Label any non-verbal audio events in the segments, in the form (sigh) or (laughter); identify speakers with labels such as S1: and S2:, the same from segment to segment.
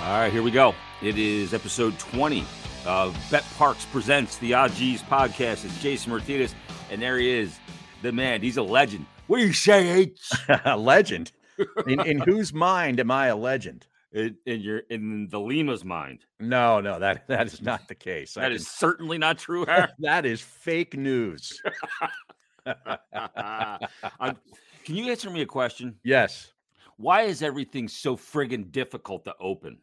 S1: right, here we go. It is episode 20 of Bet Parks Presents the Odd G's podcast. It's Jason Martinez, and there he is, the man. He's a legend. What do you say, (laughs) H?
S2: (laughs) a legend. In, in whose mind am I a legend?
S1: In, in your in the Lima's mind,
S2: No, no, that that is not the case. I
S1: that
S2: can-
S1: is certainly not true. (laughs) Harry.
S2: that is fake news.
S1: Uh, can you answer me a question?
S2: yes.
S1: Why is everything so friggin' difficult to open?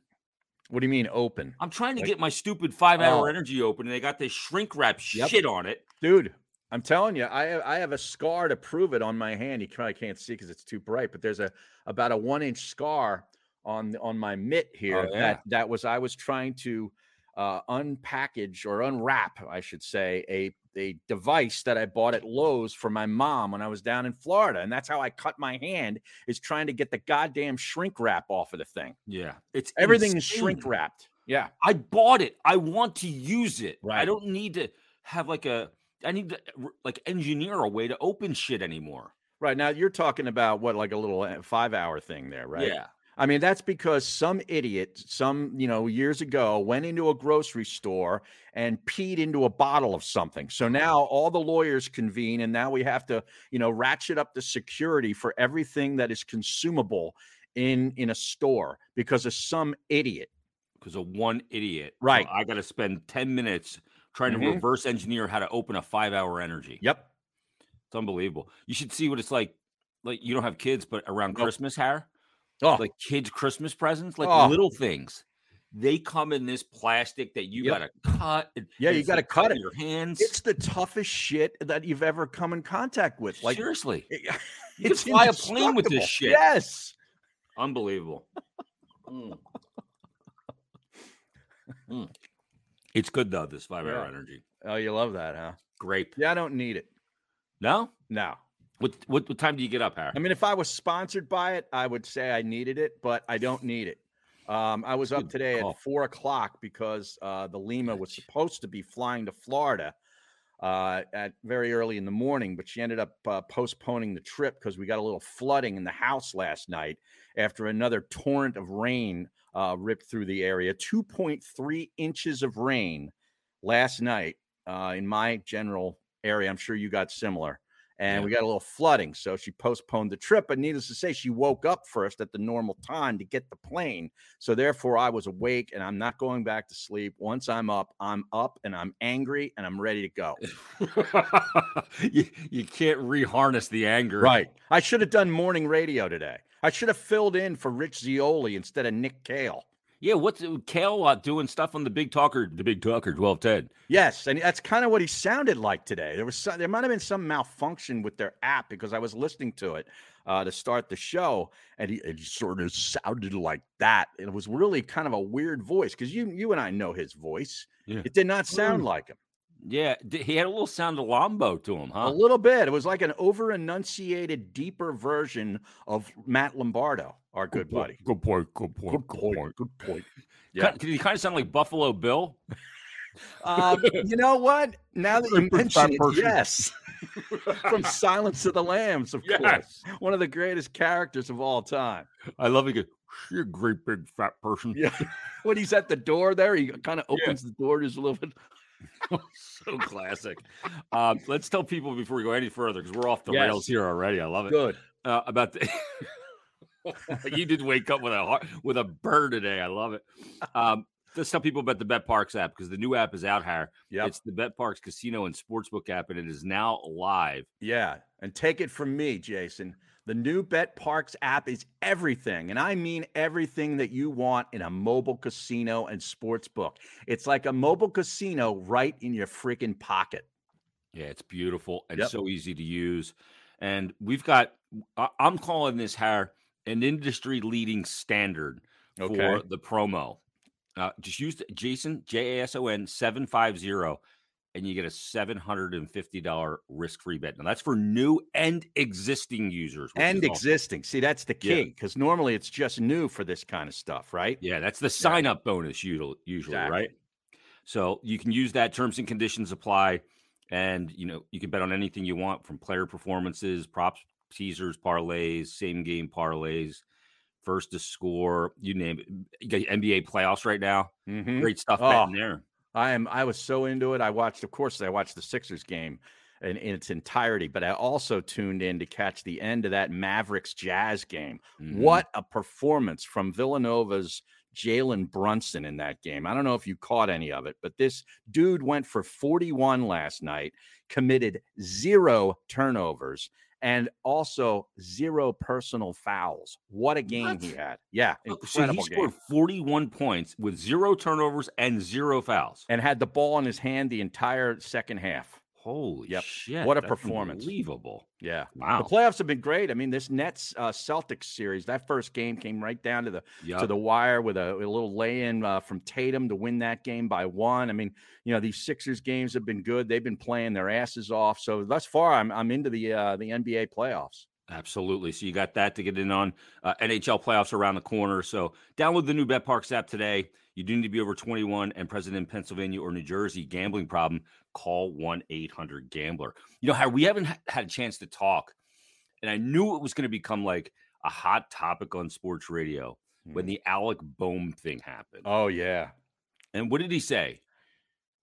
S2: What do you mean open,
S1: I'm trying to
S2: Like-
S1: get my stupid five hour
S2: Oh.
S1: energy open, and they got this shrink wrap
S2: Yep.
S1: shit on it.
S2: dude? I'm telling you, I I have a scar to prove it on my hand. You probably can't see because it's too bright, but there's a about a one inch scar on on my mitt here.
S1: Oh, yeah.
S2: That that was I was trying to uh, unpackage or unwrap, I should say, a a device that I bought at Lowe's for my mom when I was down in Florida, and that's how I cut my hand is trying to get the goddamn shrink wrap off of the thing.
S1: Yeah, it's
S2: Everything is shrink
S1: insane.
S2: wrapped. Yeah.
S1: I bought it. I want to use it. I
S2: Right.
S1: don't need to have like a. I need to r- like engineer a way to open shit anymore.
S2: Right. Now you're talking about what, like a little eh, five hour thing there, right?
S1: Yeah.
S2: I mean, that's because some idiot, some, you know, years ago went into a grocery store and peed into a bottle of something. So now all the lawyers convene and now we have to, you know, ratchet up the security for everything that is consumable in in a store because of some idiot.
S1: Because of one idiot. So
S2: Right.
S1: I got to spend 10 minutes trying to
S2: Mhm.
S1: reverse engineer how to open a five hour energy.
S2: Yep.
S1: It's unbelievable. You should see what it's like. Like, you don't have kids, but around
S2: Nope.
S1: Christmas, Harry,
S2: Oh,
S1: like kids' Christmas presents, like
S2: Oh.
S1: little things. They come in this plastic that you got
S2: Yep.
S1: to cut. and-
S2: Yeah,
S1: and
S2: you
S1: it's
S2: gotta
S1: like cut
S2: cut
S1: in
S2: it.
S1: Your hands.
S2: it's the toughest shit that you've ever come in contact with. Like
S1: Seriously.
S2: it-
S1: You could fly a plane with this
S2: indestructible.
S1: shit.
S2: Yes.
S1: Unbelievable. Mm. Mm. It's good though, this five hour
S2: Yeah.
S1: energy.
S2: Oh, you love that, huh?
S1: Grape.
S2: Yeah, I don't need it.
S1: No?
S2: No.
S1: What what, what time do you get up, Harry?
S2: I mean, if I was sponsored by it, I would say I needed it, but I don't need it. Um, I was up
S1: Good
S2: today
S1: call.
S2: at four o'clock because uh, the Lima was
S1: Gotcha.
S2: supposed to be flying to Florida uh, at very early in the morning, but she ended up uh, postponing the trip because we got a little flooding in the house last night after another torrent of rain uh, ripped through the area. 2.3 inches of rain last night uh, in my general area. I'm sure you got similar. And
S1: Yeah.
S2: we got a little flooding. So she postponed the trip. But needless to say, she woke up first at the normal time to get the plane. So therefore, I was awake and I'm not going back to sleep. Once I'm up, I'm up and I'm angry and I'm ready to go.
S1: (laughs) you, you can't reharness the anger.
S2: Right. I should have done morning radio today. I should have filled in for Rich Zioli instead of Nick Kale.
S1: Yeah, what's Kale uh, doing stuff on the big talker, the big talker, 1210.
S2: Yes, and that's kind of what he sounded like today. There was some, there might have been some malfunction with their app because I was listening to it uh, to start the show, and he, it sort of sounded like that. It was really kind of a weird voice because you you and I know his voice.
S1: Yeah.
S2: It did not sound like him
S1: Yeah, d- he had a little sound of Lombo to him,
S2: a
S1: huh?
S2: little bit. It was like an over enunciated, deeper version of Matt Lombardo, our good buddy.
S1: Good point. Good point.
S2: Good point. Good point.
S1: Yeah. Did he kind of sound like Buffalo Bill?
S2: Um, you know what? Now that
S1: (laughs)
S2: you
S1: Super fat
S2: mention it,
S1: person. (laughs)
S2: yes, from Silence of the Lambs, of course, one of the greatest characters of all time.
S1: I love it. You're a great big fat person.
S2: Yeah, when he's at the door there, he kind of
S1: Yeah.
S2: opens the door just a little bit.
S1: so classic. Um, let's tell people before we go any further because we're off the rails
S2: Yes.
S1: here already. I love it.
S2: Good.
S1: Uh, about the (laughs) you did wake up with a heart, with a burr today. I love it. Um, let's tell people about the Bet Parks app because the new app is out here.
S2: Yeah.
S1: It's the Bet Parks Casino and Sportsbook app, and it is now live.
S2: Yeah. And take it from me, Jason. The new Bet Parks app is everything, and I mean everything that you want in a mobile casino and sports book. It's like a mobile casino right in your freaking pocket.
S1: Yeah, it's beautiful and
S2: Yep.
S1: so easy to use. And we've got, I- I'm calling this hair an industry leading standard for the promo. Uh, just use the, Jason J A S O N seven five zero, and you get a seven hundred and fifty dollar risk free bet. Now that's for new and existing users. which
S2: and
S1: is awesome.
S2: existing. See, that's the
S1: Yeah.
S2: key because normally it's just new for this kind of stuff, right?
S1: yeah, that's the sign up bonus usually, usually
S2: Exactly.
S1: right? So you can use that. Terms and conditions apply, and you know you can bet on anything you want from player performances, props, teasers, parlays, same game parlays, first to score, you name it. You got NBA playoffs right now.
S2: Mhm.
S1: Great stuff
S2: Oh.
S1: betting there.
S2: I am. I was so into it. I watched, of course, I watched the Sixers game in, in its entirety, but I also tuned in to catch the end of that Mavericks Jazz game.
S1: Mhm.
S2: What a performance from Villanova's Jalen Brunson in that game. I don't know if you caught any of it, but this dude went for 41 last night, committed zero turnovers, and also zero personal fouls. What a game
S1: What?
S2: he had! Yeah,
S1: Oh, So he
S2: incredible game.
S1: scored 41 points with zero turnovers and zero fouls.
S2: And had the ball in his hand the entire second half.
S1: Holy
S2: Yep.
S1: shit.
S2: What a
S1: that's
S2: performance.
S1: Unbelievable.
S2: Yeah. The
S1: Wow.
S2: playoffs have been great. I mean, this Nets uh, Celtics series, that first game came right down to the
S1: Yep.
S2: to the wire with a, a little lay in uh, from Tatum to win that game by one. I mean, you know, these Sixers games have been good. They've been playing their asses off. So thus far, I'm I'm into the uh, the NBA playoffs.
S1: Absolutely. So you got that to get in on uh, NHL playoffs are around the corner. So download the new Bet Parks app today. You do need to be over 21 and present in Pennsylvania or New Jersey. Gambling problem? Call 1 800 Gambler. You know how we haven't ha- had a chance to talk, and I knew it was going to become like a hot topic on sports radio
S2: Mm-hmm.
S1: when the Alec Bohm thing happened.
S2: Hmm. oh yeah.
S1: and what did he say?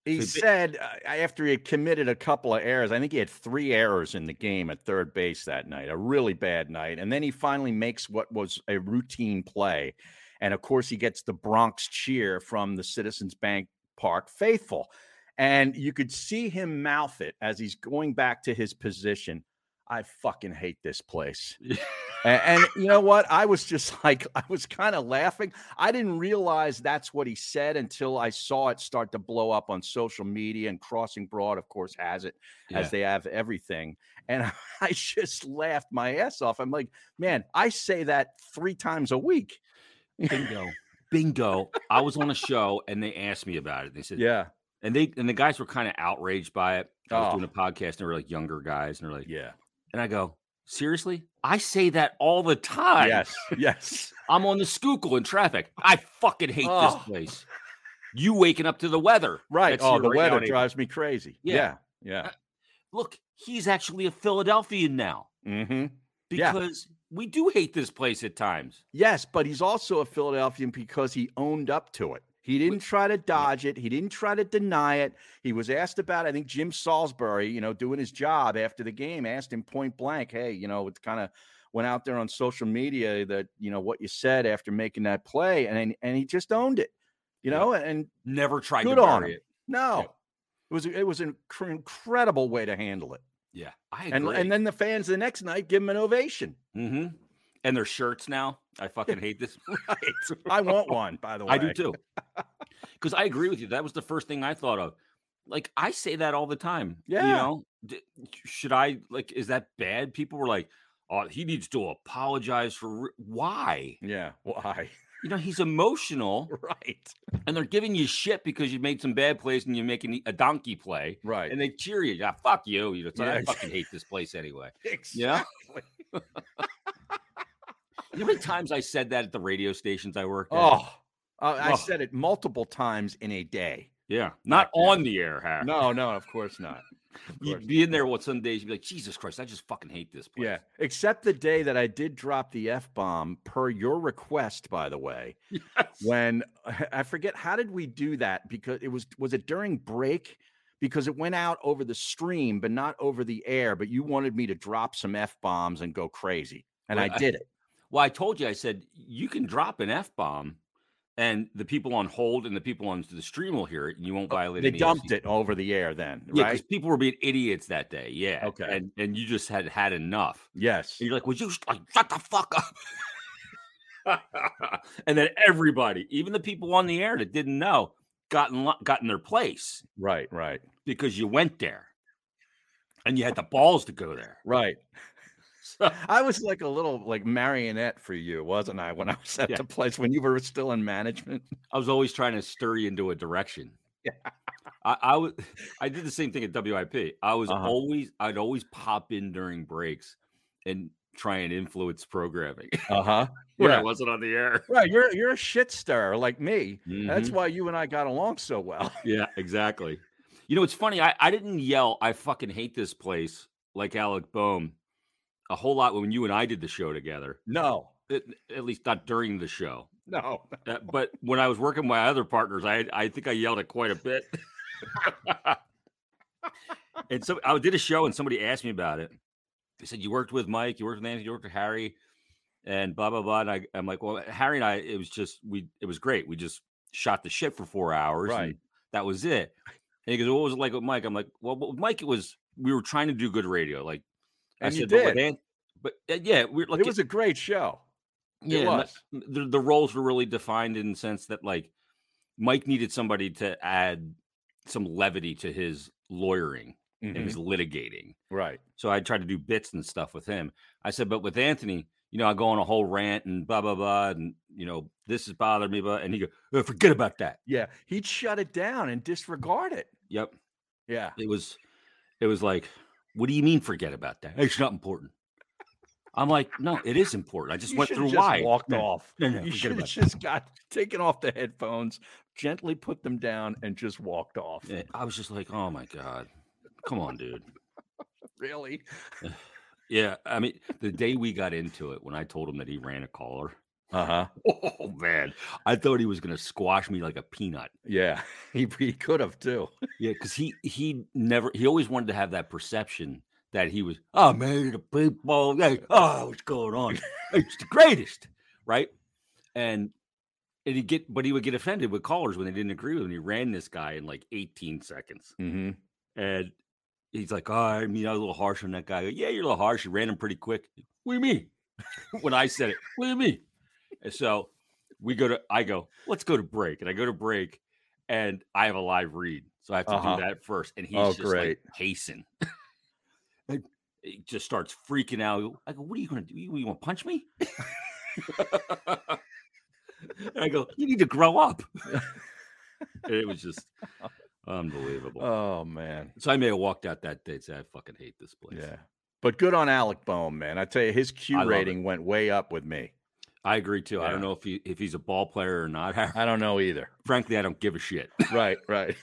S2: He
S1: So ba-
S2: said uh, after he had committed a couple of errors, I think he had three errors in the game at third base that night, a really bad night. And then he finally makes what was a routine play. And of course, he gets the Bronx cheer from the Citizens Bank Park faithful. And you could see him mouth it as he's going back to his position. I fucking hate
S1: (laughs)
S2: this place. A- And, you know what? I was just (laughs) like, I was kind of laughing. I didn't realize that's what he said until I saw it start to blow up on social media. And Crossing Broad, of course, has it
S1: Yeah.
S2: as they have everything. And (laughs) I just laughed my ass off. I'm like, man, I say that three times a week.
S1: Bingo. Bingo. I was on a show and they asked me about it. They said,
S2: (laughs) Yeah.
S1: and they and the guys were kind of outraged by it. I was
S2: Oh.
S1: doing a podcast and they were like younger guys and they're like,
S2: Yeah.
S1: and I go, seriously? I say that all the time.
S2: Yes.
S1: (laughs)
S2: Yes.
S1: I'm on the Schuylkill in traffic. I fucking hate
S2: Oh.
S1: this place. You waking up to the weather.
S2: Right.
S1: that's
S2: Oh,
S1: here
S2: the
S1: right now
S2: weather
S1: in April.
S2: drives me crazy.
S1: Yeah. Uh,
S2: Yeah. Yeah.
S1: Look, he's actually a Philadelphian now
S2: hmm Yeah.
S1: because we do hate this place at times.
S2: Yes, but he's also a Philadelphian because he owned up to it. He didn't try to dodge it. He didn't try to deny it. He was asked about, I think Jim Salisbury, you know, doing his job after the game, asked him point blank, hey, you know, it kind of went out there on social media that, you know, what you said after making that play. And and he just owned it, you
S1: Yeah.
S2: know, and
S1: Never tried
S2: Good
S1: to
S2: on
S1: bury
S2: him.
S1: it.
S2: no. It was it was an cr- incredible way to handle it.
S1: Yeah, I
S2: And
S1: agree.
S2: and then the fans the next night give him an ovation.
S1: Mhm. and their shirts now. I fucking hate this. (laughs)
S2: Right. I want one, by the way.
S1: I do too. Because I agree with you. That was the first thing I thought of. Like I say that all the time. You
S2: Yeah.
S1: know, D- should I like? Is that bad? People were like, "Oh, he needs to apologize for re-" why."
S2: Yeah. (laughs)
S1: (laughs)
S2: Why?
S1: You know, he's
S2: (laughs)
S1: emotional,
S2: Right.
S1: and they're giving you shit because you made some bad plays and you're making e, a donkey play,
S2: Right.
S1: and they cheer you. Yeah, fuck you. You know, it's like,
S2: Yeah,
S1: I fucking hate this place
S2: (laughs)
S1: anyway. Yeah.
S2: Exactly.
S1: You know how many times I said that at the radio stations I worked? At?
S2: Oh, uh, I
S1: Oh.
S2: said it multiple times in a day.
S1: yeah, not
S2: yeah.
S1: on the air, Harry.
S2: (laughs) No, no, of course not. Of course
S1: You'd be in there what some days you'd be like, Jesus Christ, I just fucking hate this place.
S2: Yeah, except the day that I did drop the F bomb per your request, by the way. When (laughs) I forget how did we do that? Because it was was it during break? Because it went out over the stream, but not over the air. But you wanted me to drop some F bombs and go crazy. And
S1: Well,
S2: I
S1: I-
S2: did it.
S1: Well, I told you, I said you can drop an f bomb, and the people on hold and the people on the stream will hear it, and you won't violate.
S2: Oh, They
S1: any
S2: dumped it over the air then,
S1: yeah, because
S2: right?
S1: people were being idiots that day. Yeah,
S2: Okay.
S1: and and you just had had enough.
S2: Yes.
S1: And you're like, would you sh- like shut the fuck up? (laughs) and then everybody, even the people on the air that didn't know, got in lo- got in their place
S2: Right, right,
S1: because you went there, and you had the balls to go there. (laughs)
S2: right.
S1: So
S2: I was like a little like marionette for you, wasn't I? When I was at
S1: Yeah.
S2: the place when you were still in management.
S1: I was always trying to stir you into a direction. I, I was I did the same thing at WIP. I was
S2: Uh-huh.
S1: always I'd always pop in during breaks and try and influence programming (laughs)
S2: Uh huh.
S1: when I
S2: Yeah.
S1: wasn't on the air.
S2: (laughs) Right, you're you're a shit stirrer like me. That's
S1: Mhm.
S2: why you and I got along so well. (laughs)
S1: yeah, exactly. You know, it's funny. I, I didn't yell, I fucking hate this place like Alec Bohm a whole lot when you and I did the show together.
S2: No,
S1: at, at least not during the show.
S2: No.
S1: Uh, but when I was working with my other partners, I I think I yelled at quite a bit. (laughs) and so I did a show, and somebody asked me about it. They said you worked with Mike, you worked with Anthony, you worked with Harry, and blah blah blah. And I, I'm like, well, Harry and I, it was just we, it was great. We just shot the shit for four hours,
S2: Right.
S1: and that was it. And he goes, what was it like with Mike? I'm like, well, with Mike, it was we were trying to do good radio, like
S2: And
S1: I
S2: you
S1: said, but with
S2: did.
S1: An- but uh, yeah, we're like
S2: it was a great show.
S1: yeah,
S2: it
S1: no-
S2: was.
S1: the, the roles were really defined in the sense that like Mike needed somebody to add some levity to his lawyering and
S2: Mhm.
S1: his litigating.
S2: Right.
S1: So I tried to do bits and stuff with him. I said, but with Anthony, you know, I go on a whole rant and blah blah blah, and you know, this has bothered me, but and he go, "Uh, forget about that.
S2: Yeah. He'd shut it down and disregard it.
S1: Yep,
S2: Yeah.
S1: it was, it was like, what do you mean forget about that? It's not important. I'm like, no, it is important. I just
S2: You
S1: went
S2: should've
S1: through
S2: just
S1: why
S2: walked
S1: No,
S2: off.
S1: no, no,
S2: you
S1: forget
S2: should have
S1: about
S2: just got taken off the headphones, gently put them down, and just walked off.
S1: Yeah, I was just like, oh my god, come on, dude.
S2: Really?
S1: Yeah, I mean, the day we got into it, when I told him that he ran a caller, (laughs)
S2: Uh huh.
S1: oh man, I thought he was gonna squash me like a peanut.
S2: Yeah. (laughs) He, he could have too.
S1: Yeah, because he he never he always wanted to have that perception that he was oh man the people hey, oh what's going on (laughs) it's the greatest right and and he get but he would get offended with callers when they didn't agree with him. He ran this guy in like 18 seconds.
S2: Mm-hmm.
S1: And he's like, oh, I mean, I was a little harsh on that guy. I go, yeah, you're a little harsh. You ran him pretty quick. What do you mean? (laughs) when I said it, what do you mean? And so we go to, I go, let's go to break. And I go to break and I have a live read. So I have to
S2: Uh-huh.
S1: do that first. And he's
S2: Oh,
S1: just
S2: great.
S1: like pacing. (laughs) And he just starts freaking out. I go, what are you going to do? You, you want to punch
S2: (laughs)
S1: me? and I go, you need to grow
S2: (laughs)
S1: up. And it was just unbelievable.
S2: Oh man.
S1: So I may have walked out that day and said, I fucking hate this place.
S2: Yeah. But good on Alec Boehm, man. I tell you, his Q
S1: I love it.
S2: rating went way up with me.
S1: I agree too. I don't
S2: Yeah.
S1: know if he if he's a ball player or not. (laughs)
S2: I don't know either.
S1: Frankly, I don't give a shit.
S2: right, (laughs) right.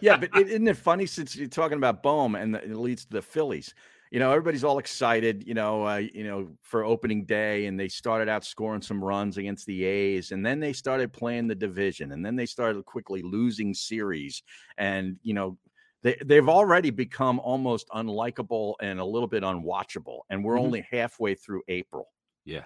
S2: Yeah, but is isn't it funny since you're talking about Bohm and the, it leads to the Phillies? You know, everybody's all excited, you know, uh, you know, for opening day, and they started out scoring some runs against the A's, and then they started playing the division, and then they started quickly losing series, and you know, they they've already become almost unlikable and a little bit unwatchable, and we're
S1: Mhm.
S2: only halfway through April.
S1: Yeah.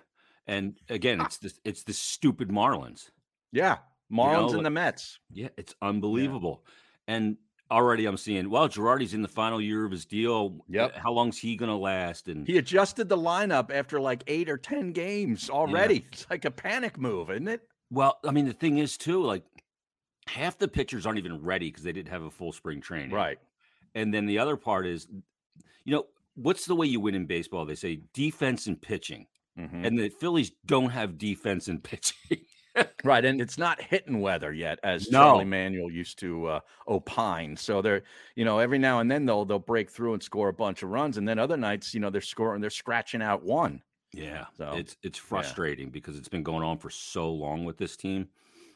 S1: And again,
S2: Ah.
S1: it's this it's the stupid Marlins.
S2: Yeah, Marlins
S1: like-
S2: and the Mets.
S1: Yeah, it's unbelievable. And already I'm seeing, well, Girardi's in the final year of his deal.
S2: Yep.
S1: How long's he gonna last? And
S2: He adjusted the lineup after like eight or ten games already. It's like a panic move, isn't it?
S1: well, I mean, the thing is too, like half the pitchers aren't even ready because they didn't have a full spring training.
S2: Right.
S1: And then the other part is, you know, what's the way you win in baseball? They say defense and pitching.
S2: Mm-hmm.
S1: and the Phillies don't have defense and (laughs) pitching.
S2: Right. And it's not hitting weather yet, as
S1: No.
S2: Charlie Manuel used to uh, opine. So they're, you know, every now and then they'll they'll break through and score a bunch of runs. And then other nights, you know, they're scoring, they're scratching out one.
S1: Yeah,
S2: So,
S1: it's it's frustrating because it's been going on for so long with this team.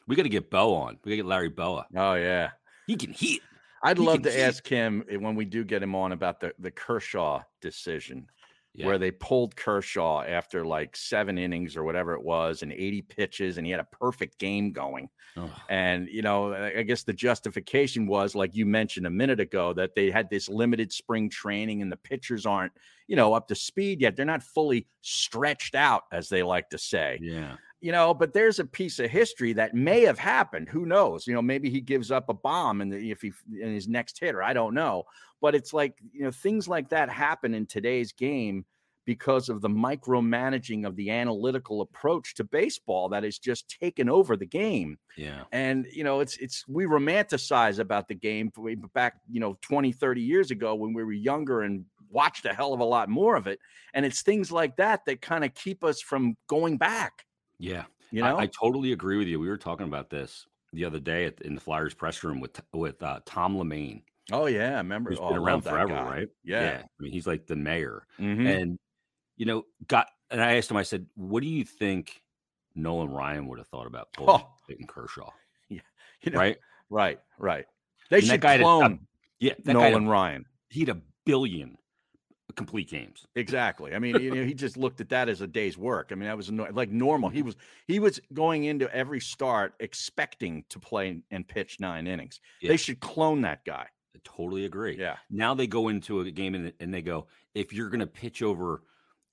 S1: We got to get Bo on. We got to get Larry Boa.
S2: Oh yeah.
S1: He can hit.
S2: I'd
S1: He
S2: love
S1: can
S2: to
S1: hit.
S2: ask him eh, when we do get him on about the, the Kershaw decision.
S1: Yeah.
S2: where they pulled Kershaw after like seven innings or whatever it was and 80 pitches, and he had a perfect game going.
S1: Ugh. (laughs)
S2: And, you know, I I guess the justification was, like you mentioned a minute ago, that they had this limited spring training and the pitchers aren't, you know, up to speed yet. They're not fully stretched out, as they like to say
S1: yeah,
S2: you know, but there's a piece of history that may have happened. Who knows? You know, maybe he gives up a bomb and if he in his next hitter, I don't know. But it's like you know, things like that happen in today's game because of the micromanaging of the analytical approach to baseball that has just taken over the game.
S1: yeah,
S2: And you know, it's it's we romanticize about the game way back, you know, 20, 30 years ago when we were younger and watched a hell of a lot more of it. And it's things like that that kind of keep us from going back.
S1: yeah.
S2: You
S1: I-
S2: know,
S1: I, totally agree with you. We were talking about this the other day at, in the Flyers press room with with uh, Tom Lemaine,
S2: Oh yeah, I remember.
S1: who's
S2: oh, I
S1: been
S2: love
S1: around
S2: that
S1: forever,
S2: guy.
S1: right?
S2: Yeah.
S1: I mean, he's like the mayor,
S2: Mhm.
S1: and you know, got. And I asked him. I said, "What do you think Nolan Ryan would have thought (laughs) about pulling
S2: Oh.
S1: Clayton Kershaw?" (laughs)
S2: You know,
S1: Right?
S2: right, right. They
S1: And that
S2: should
S1: guy had a-
S2: clone
S1: Yeah, that guy had a
S2: Nolan Ryan.
S1: he had a billion complete games.
S2: Exactly. I mean, you know, he just looked at that as a day's work. I mean, that was no- like normal.
S1: Mm-hmm.
S2: He was he was going into every start expecting to play and pitch nine innings.
S1: Yeah.
S2: They should clone that guy.
S1: I totally agree.
S2: Yeah.
S1: Now they go into a game and, and they go, if you're going to pitch over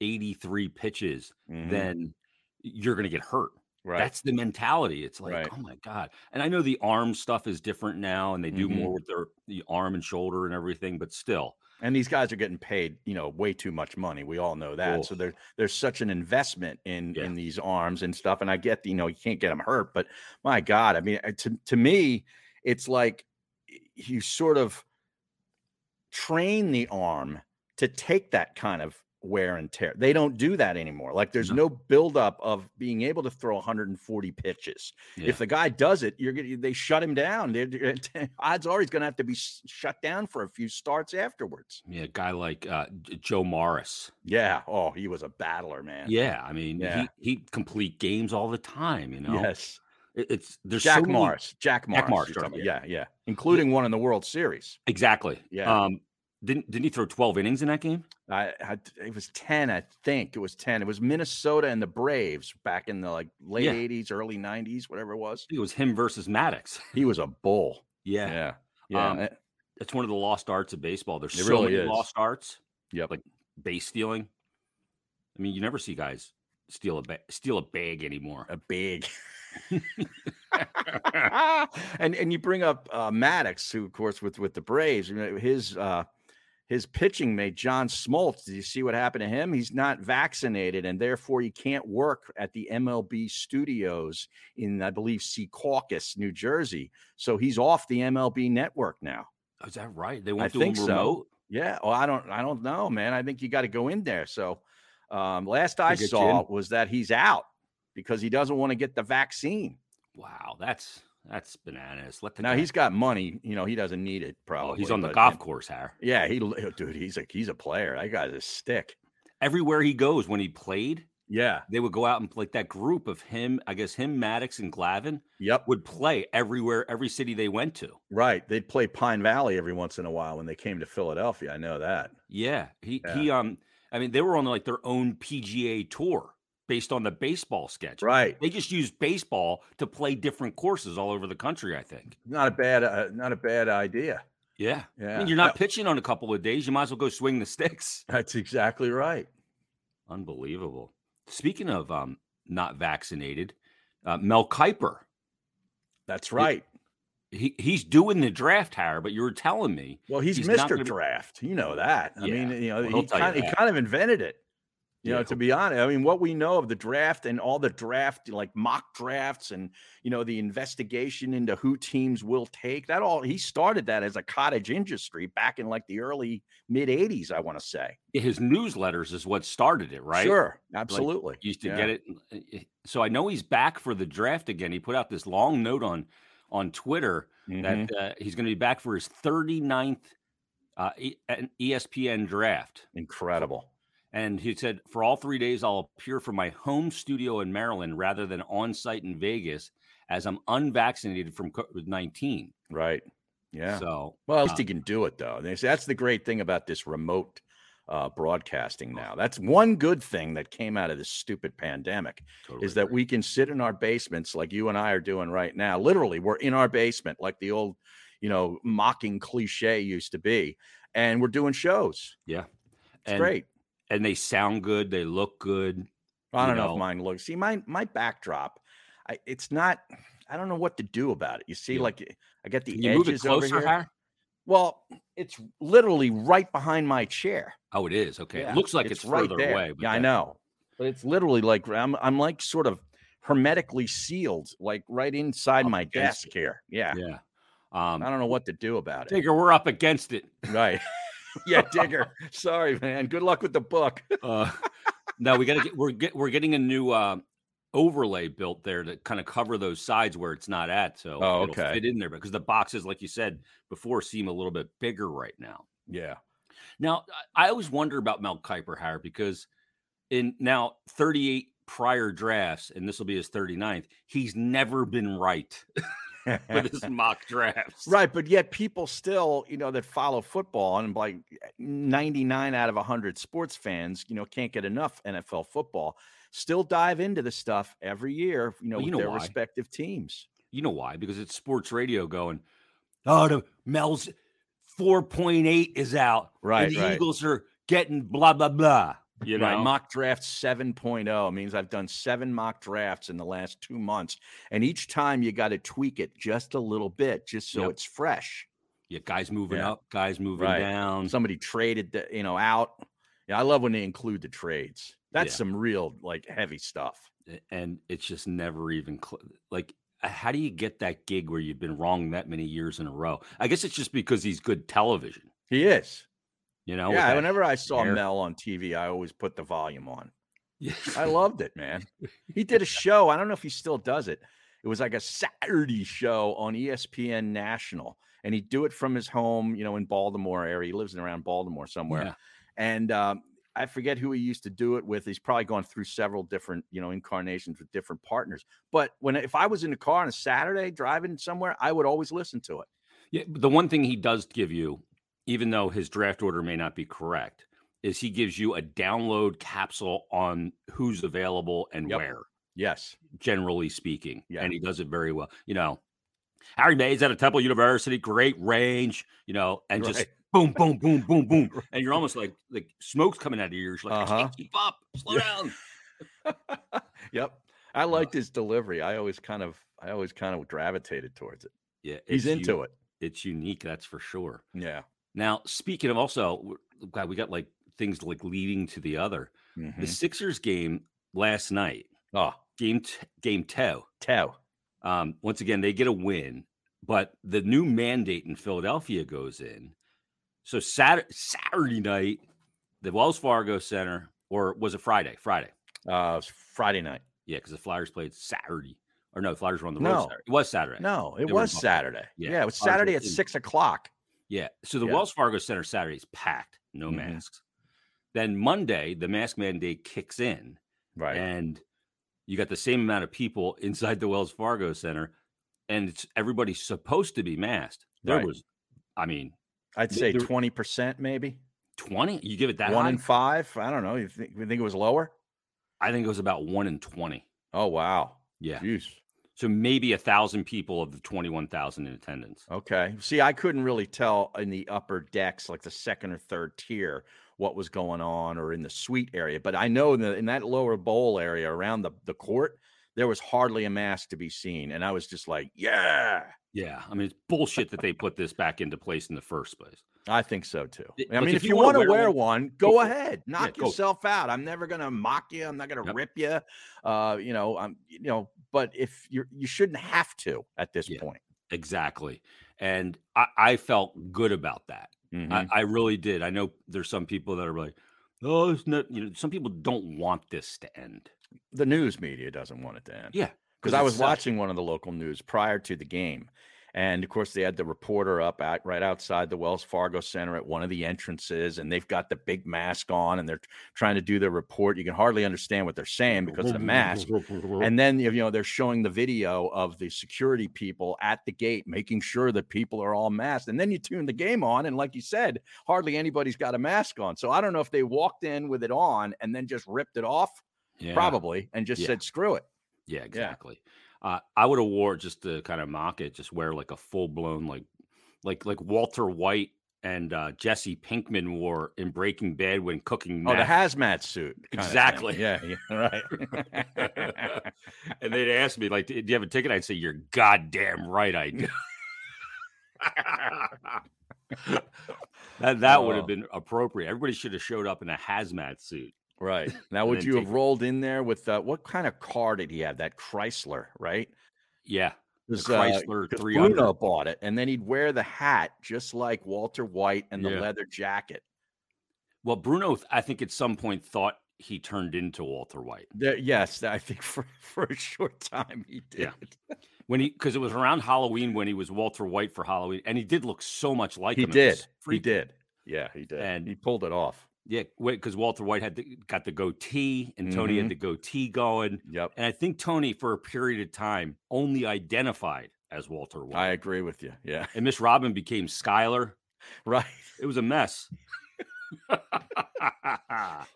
S1: 83 pitches,
S2: Mhm.
S1: then you're going to get hurt.
S2: right.
S1: That's the mentality. It's like,
S2: Right.
S1: oh my God. And I know the arm stuff is different now and they do
S2: Mhm.
S1: more with their the arm and shoulder and everything, but still,
S2: and these guys are getting paid, you know, way too much money. We all know that.
S1: Oh.
S2: So there's there's such an investment in
S1: Yeah.
S2: in these arms and stuff. And I get, you know, you can't get them hurt, but my God, I mean, uh, to to me, it's like y- you sort of train the arm to take that kind of wear and tear. They don't do that anymore. Like there's
S1: No.
S2: no buildup of being able to throw 140 pitches.
S1: Yeah.
S2: If the guy does it, you're gonna they shut him down. They're- (laughs) they're- odds are he's gonna have to be s- shut down for a few starts afterwards.
S1: yeah, a guy like uh, J- Joe Morris.
S2: Yeah. Oh, he was a battler, man.
S1: Yeah. I mean,
S2: Yeah.
S1: he, he complete games all the time, you know?
S2: Yes.
S1: It- it's there's so
S2: Jack
S1: many-
S2: Morris. Jack Morris.
S1: Morris,
S2: you're
S1: sorry,
S2: talking-
S1: yeah.
S2: yeah. yeah. Including one in the World Series.
S1: Exactly.
S2: Yeah.
S1: Um, didn't, didn't he throw 12 innings in that game?
S2: I, I it was 10, I think. It was 10. It was Minnesota and the Braves back in the like late
S1: Yeah.
S2: 80s, early 90s, whatever it was.
S1: It was him versus Maddox.
S2: He was a bull.
S1: Yeah.
S2: Yeah. Yeah.
S1: Um,
S2: eh,
S1: It's one of the lost arts of baseball. There's
S2: It
S1: so
S2: really
S1: many
S2: is.
S1: lost arts,
S2: yep.
S1: like- base stealing. I mean, you never see guys steal a ba- steal a bag anymore.
S2: a big. (laughs) and and you bring up uh, Maddox, who of course with with the Braves, you know, his uh, his pitching mate John Smoltz. Did you see what happened to him? He's not vaccinated, and therefore you can't work at the MLB studios in I believe Secaucus, New Jersey. So he's off the MLB network now.
S1: Is that right? They won't do
S2: think
S1: them
S2: so.
S1: remote.
S2: Yeah. Well, I don't I don't know, man. I think you got to go in there. So um, last I
S1: get you in.
S2: saw was that he's out because he doesn't want to get the vaccine.
S1: Wow, that's that's bananas. Let the
S2: Now
S1: guy-
S2: he's got money. You know, he doesn't need it.
S1: Oh,
S2: Probably
S1: he's on the
S2: but-
S1: golf course, Har.
S2: Yeah, he li- dude, he's a he's a player. That guy's a stick.
S1: Everywhere he goes, when he played,
S2: Yeah.
S1: they would go out and like that group of him. I guess him, Maddox, and Glavin
S2: Yep.
S1: would play everywhere, every city they went to.
S2: Right. They'd play Pine Valley every once in a while when they came to Philadelphia. I know that.
S1: Yeah, he
S2: Yeah.
S1: he. Um, I mean, they were on like their own PGA tour based on the baseball sketch.
S2: Right.
S1: They just used baseball to play different courses all over the country. I think.
S2: Not a bad uh, not a bad idea.
S1: Yeah.
S2: Yeah.
S1: I mean, you're not pitching on a couple of days. You might as well go swing the sticks.
S2: That's exactly right.
S1: Unbelievable. Speaking of um, not vaccinated, uh, Mel Kiper,
S2: That's right.
S1: he, he's doing the draft hire, but you were telling me
S2: Well, he's,
S1: He's not
S2: Mr.
S1: gonna be-
S2: Draft. You know that. I
S1: Yeah.
S2: mean, you know,
S1: Well, he'll
S2: he,
S1: tell you
S2: kind, he
S1: that.
S2: kind of invented it. You know,
S1: Yeah.
S2: to be honest, I mean, what we know of the draft and all the draft, like mock drafts and, you know, the investigation into who teams will take, that all he started that as a cottage industry back in like the early mid 80s, I want to say.
S1: his newsletters is what started it, right?
S2: Sure. Absolutely.
S1: He used to
S2: Yeah.
S1: get it. uh, uh, So I know he's back for the draft again. He put out this long note on on Twitter
S2: Mhm.
S1: that uh, he's going to be back for his 39th uh, E- an ESPN draft.
S2: Incredible.
S1: And he said, for all three days, I'll appear from my home studio in Maryland rather than on site in Vegas as I'm unvaccinated from COVID 19.
S2: Right. Yeah.
S1: So,
S2: Well, at least
S1: Uh,
S2: he can do it though. They say That's the great thing about this remote uh, broadcasting now. That's one good thing that came out of this stupid pandemic
S1: totally
S2: is that
S1: agree.
S2: we can sit in our basements like you and I are doing right now. Literally, we're in our basement like the old, you know, mocking cliche used to be, and we're doing shows. It's
S1: and,
S2: great.
S1: And they sound good. They look good.
S2: I
S1: you
S2: don't know,
S1: know.
S2: if mine looks. See, my my backdrop, I, it's not. I don't know what to do about it. You see,
S1: Yeah.
S2: like I got the
S1: Can you
S2: edges
S1: move it closer,
S2: over here.
S1: Har?
S2: Well, it's literally right behind my chair.
S1: Oh, it is. Okay.
S2: Yeah,
S1: it looks like it's, further
S2: there.
S1: away. but
S2: Yeah, I
S1: that-
S2: know, but it's literally like I'm I'm like sort of hermetically sealed, like right inside
S1: Up
S2: my
S1: against
S2: desk here. Yeah.
S1: Oh, Yeah. Um,
S2: I don't know what to do about it.
S1: Digger, we're up against it.
S2: Right. (laughs) yeah,
S1: (laughs)
S2: Digger. Sorry, man. Good luck with the book. (laughs)
S1: Uh, no, we got to get, we're, get, we're getting a new uh, overlay built there to kind of cover those sides where it's not at. So
S2: Oh,
S1: it'll
S2: okay.
S1: fit in there because the boxes, like you said before, seem a little bit bigger right now.
S2: Yeah.
S1: Now, I I always wonder about Mel Kiper, Hire, because in now 38 prior drafts, and this will be his 39th, he's never been right. (laughs) for this mock drafts.
S2: (laughs) Right, but yet people still, you know, that follow football and like 99 out of 100 sports fans, you know, can't get enough NFL football, still dive into the stuff every year, you know,
S1: Well, you
S2: with
S1: know
S2: their
S1: why.
S2: respective teams.
S1: You know why? Because it's sports radio going, oh, the Mel's 4.8 is out.
S2: Right,
S1: And the
S2: right.
S1: Eagles are getting blah, blah, blah. You know,
S2: Right, mock draft 7.0 means I've done seven mock drafts in the last 2 months and each time you got to tweak it just a little bit just so
S1: Yep.
S2: it's fresh.
S1: yeah, guys moving
S2: Yeah.
S1: up, guys moving
S2: Right.
S1: down.
S2: somebody traded the, you know out yeah i love when they include the trades that's
S1: Yeah.
S2: some real like heavy stuff
S1: and it's just never even cl- like uh, how do you get that gig where you've been wrong that many years in a row i guess it's just because he's good television
S2: he is
S1: you know with
S2: yeah
S1: that- (laughs)
S2: whenever i saw
S1: hair.
S2: mel on tv i always put the volume on
S1: Yeah.
S2: i loved it
S1: (laughs)
S2: man he did a show i don't know if he still does it it was like a saturday show on E espn national and he'd do it from his home you know in baltimore area he lives in around baltimore somewhere
S1: Yeah.
S2: and um, I forget who he used to do it with. He's probably gone through several different, you know, incarnations with different partners. But when if I was in the car on a Saturday driving somewhere, I would always listen to it.
S1: Yeah, but the one thing he does give you even though his draft order may not be correct is he gives you a download capsule on who's available and
S2: Yep.
S1: where
S2: Yes,
S1: generally speaking
S2: Yeah.
S1: and he does it very well you know harry mays out of temple university great range you know and just
S2: Right. (laughs)
S1: boom, boom, boom, boom, boom, and you're almost like like smoke's coming out of your ears. You're like I
S2: Uh-huh.
S1: can't keep up. Slow
S2: Yeah.
S1: down.
S2: yep. I liked his delivery. I always kind of, I always kind of gravitated towards it.
S1: Yeah,
S2: (laughs) He's into it.
S1: It's unique, that's for sure.
S2: Yeah.
S1: Now, speaking of also, w- God, we got like things like leading to the other. The
S2: Mhm.
S1: Sixers game last night,
S2: Oh,
S1: game t- game two.
S2: Tao.
S1: Um, once again, they get a win, but the new mandate in Philadelphia goes in. So Saturday, Saturday night, the Wells Fargo Center, or was it Friday? Friday.
S2: Uh, it was Friday night.
S1: Yeah, because the Flyers played Saturday. Or no, the Flyers were on the
S2: No.
S1: road Saturday. It was Saturday.
S2: No, it
S1: They were in
S2: was
S1: Buffalo.
S2: Saturday.
S1: Yeah,
S2: Yeah. it was
S1: Flyers were
S2: Saturday at
S1: in.
S2: six o'clock.
S1: Yeah. So the
S2: Yeah.
S1: Wells Fargo Center Saturday is packed, no
S2: Mhm.
S1: masks. Then Monday, the mask mandate kicks in,
S2: Right.
S1: and you got the same amount of people inside the Wells Fargo Center, and it's everybody's supposed to be masked. There
S2: Right.
S1: was, I mean,
S2: I'd
S1: the-
S2: say
S1: the-
S2: twenty percent, maybe
S1: 20. You give it that
S2: one
S1: high?
S2: in five. I don't know. You think, you think it was lower?
S1: I think it was about one in 20.
S2: Oh wow.
S1: Yeah.
S2: Jeez.
S1: So maybe a thousand people of the 21,000 in attendance.
S2: Okay. See, I couldn't really tell in the upper decks, like the second or third tier, what was going on or in the suite area. But I know that in that lower bowl area around the, the court, there was hardly a mask to be seen. And I was just like, yeah,
S1: Yeah. I mean, it's bullshit that they put this back into place in the first place.
S2: I think so too.
S1: Th-
S2: I
S1: like,
S2: mean,
S1: if
S2: if
S1: you
S2: you,
S1: wanna
S2: want to
S1: wear
S2: wear
S1: one,
S2: one,
S1: go
S2: go
S1: for it.
S2: ahead, knock
S1: go.
S2: yourself out. I'm never going to mock you. I'm not going to
S1: Yep.
S2: rip you. Uh, you know, I'm, you know, but if you're, you shouldn't have to at this
S1: Yeah.
S2: point.
S1: Exactly. And I, I felt good about that.
S2: Mhm.
S1: I, I really did. I know there's some people that are like, oh, it's not, you know, some people don't want this to end.
S2: the news media doesn't want it to end.
S1: Yeah,
S2: because I
S1: it
S2: was
S1: sucks.
S2: watching one of the local news prior to the game, and of course they had the reporter up at, right outside the Wells Fargo Center at one of the entrances, and they've got the big mask on, and they're trying to do their report. You can hardly understand what they're saying because (laughs) of the mask. And then you know they're showing the video of the security people at the gate making sure that people are all masked. And then you tune the game on, and like you said, hardly anybody's got a mask on. So I don't know if they walked in with it on and then just ripped it off,
S1: Yeah,
S2: probably, and just
S1: Yeah.
S2: said screw it.
S1: Yeah, exactly. Uh, I would have wore just to kind of mock it, just wear like a full blown, like, like, like Walter White and uh, Jesse Pinkman wore in Breaking Bad when cooking.
S2: Oh, the
S1: meth.
S2: hazmat suit. kinda thing.
S1: Exactly.
S2: Yeah, yeah. (laughs) Right.
S1: (laughs) and they'd ask me, like, do you have a ticket? I'd say, you're goddamn right, I do. (laughs) that that would
S2: Oh.
S1: have been appropriate. Everybody should have showed up in a hazmat suit.
S2: right. Now,
S1: And
S2: would
S1: then
S2: you
S1: take
S2: have rolled in there with uh, what kind of car did he have? That Chrysler, right? uh,
S1: Yeah, the
S2: This
S1: Chrysler 300.
S2: Bruno bought it, and then he'd wear the hat just like Walter White and the
S1: Yeah.
S2: leather jacket.
S1: Well, Bruno, th- I think at some point thought he turned into Walter White
S2: There, yes, I think (laughs) for, for a short time he did.
S1: Yeah. when he because it was around Halloween when he was Walter White for Halloween, and he did look so much like
S2: he
S1: him. it
S2: did.
S1: was
S2: He
S1: freaking-
S2: did. Yeah, he did.
S1: And-
S2: he pulled it off.
S1: Yeah, because Walter White had the, got the goatee, and Tony
S2: Mhm.
S1: had the goatee going.
S2: Yep.
S1: And I think Tony, for a period of time, only identified as Walter White.
S2: I agree with you. Yeah. (laughs)
S1: And Miss Robin became Skylar.
S2: Right.
S1: It was a
S2: (laughs)
S1: mess.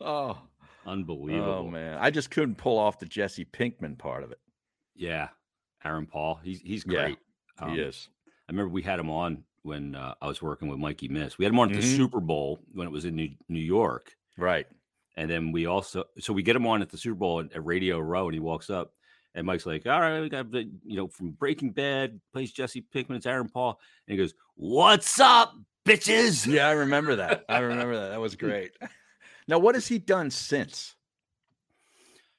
S2: Oh.
S1: Unbelievable.
S2: Oh man. I just couldn't pull off the Jesse Pinkman part of it.
S1: Yeah. Aaron Paul. He's he's
S2: Yeah,
S1: great. Um,
S2: he is.
S1: I remember we had him on when uh, I was working with Mikey Miss. We had him on at the
S2: Mhm.
S1: Super Bowl when it was in New, New York.
S2: Right.
S1: And then we also, so we get him on at the Super Bowl at, at Radio Row, and he walks up, and Mike's like, "All right, we got the, you know from Breaking Bad plays Jesse Pinkman, it's Aaron Paul," and he goes, "What's up, bitches?"
S2: Yeah, I remember that. I remember that.
S1: (laughs)
S2: That was great. Now, what has he done since?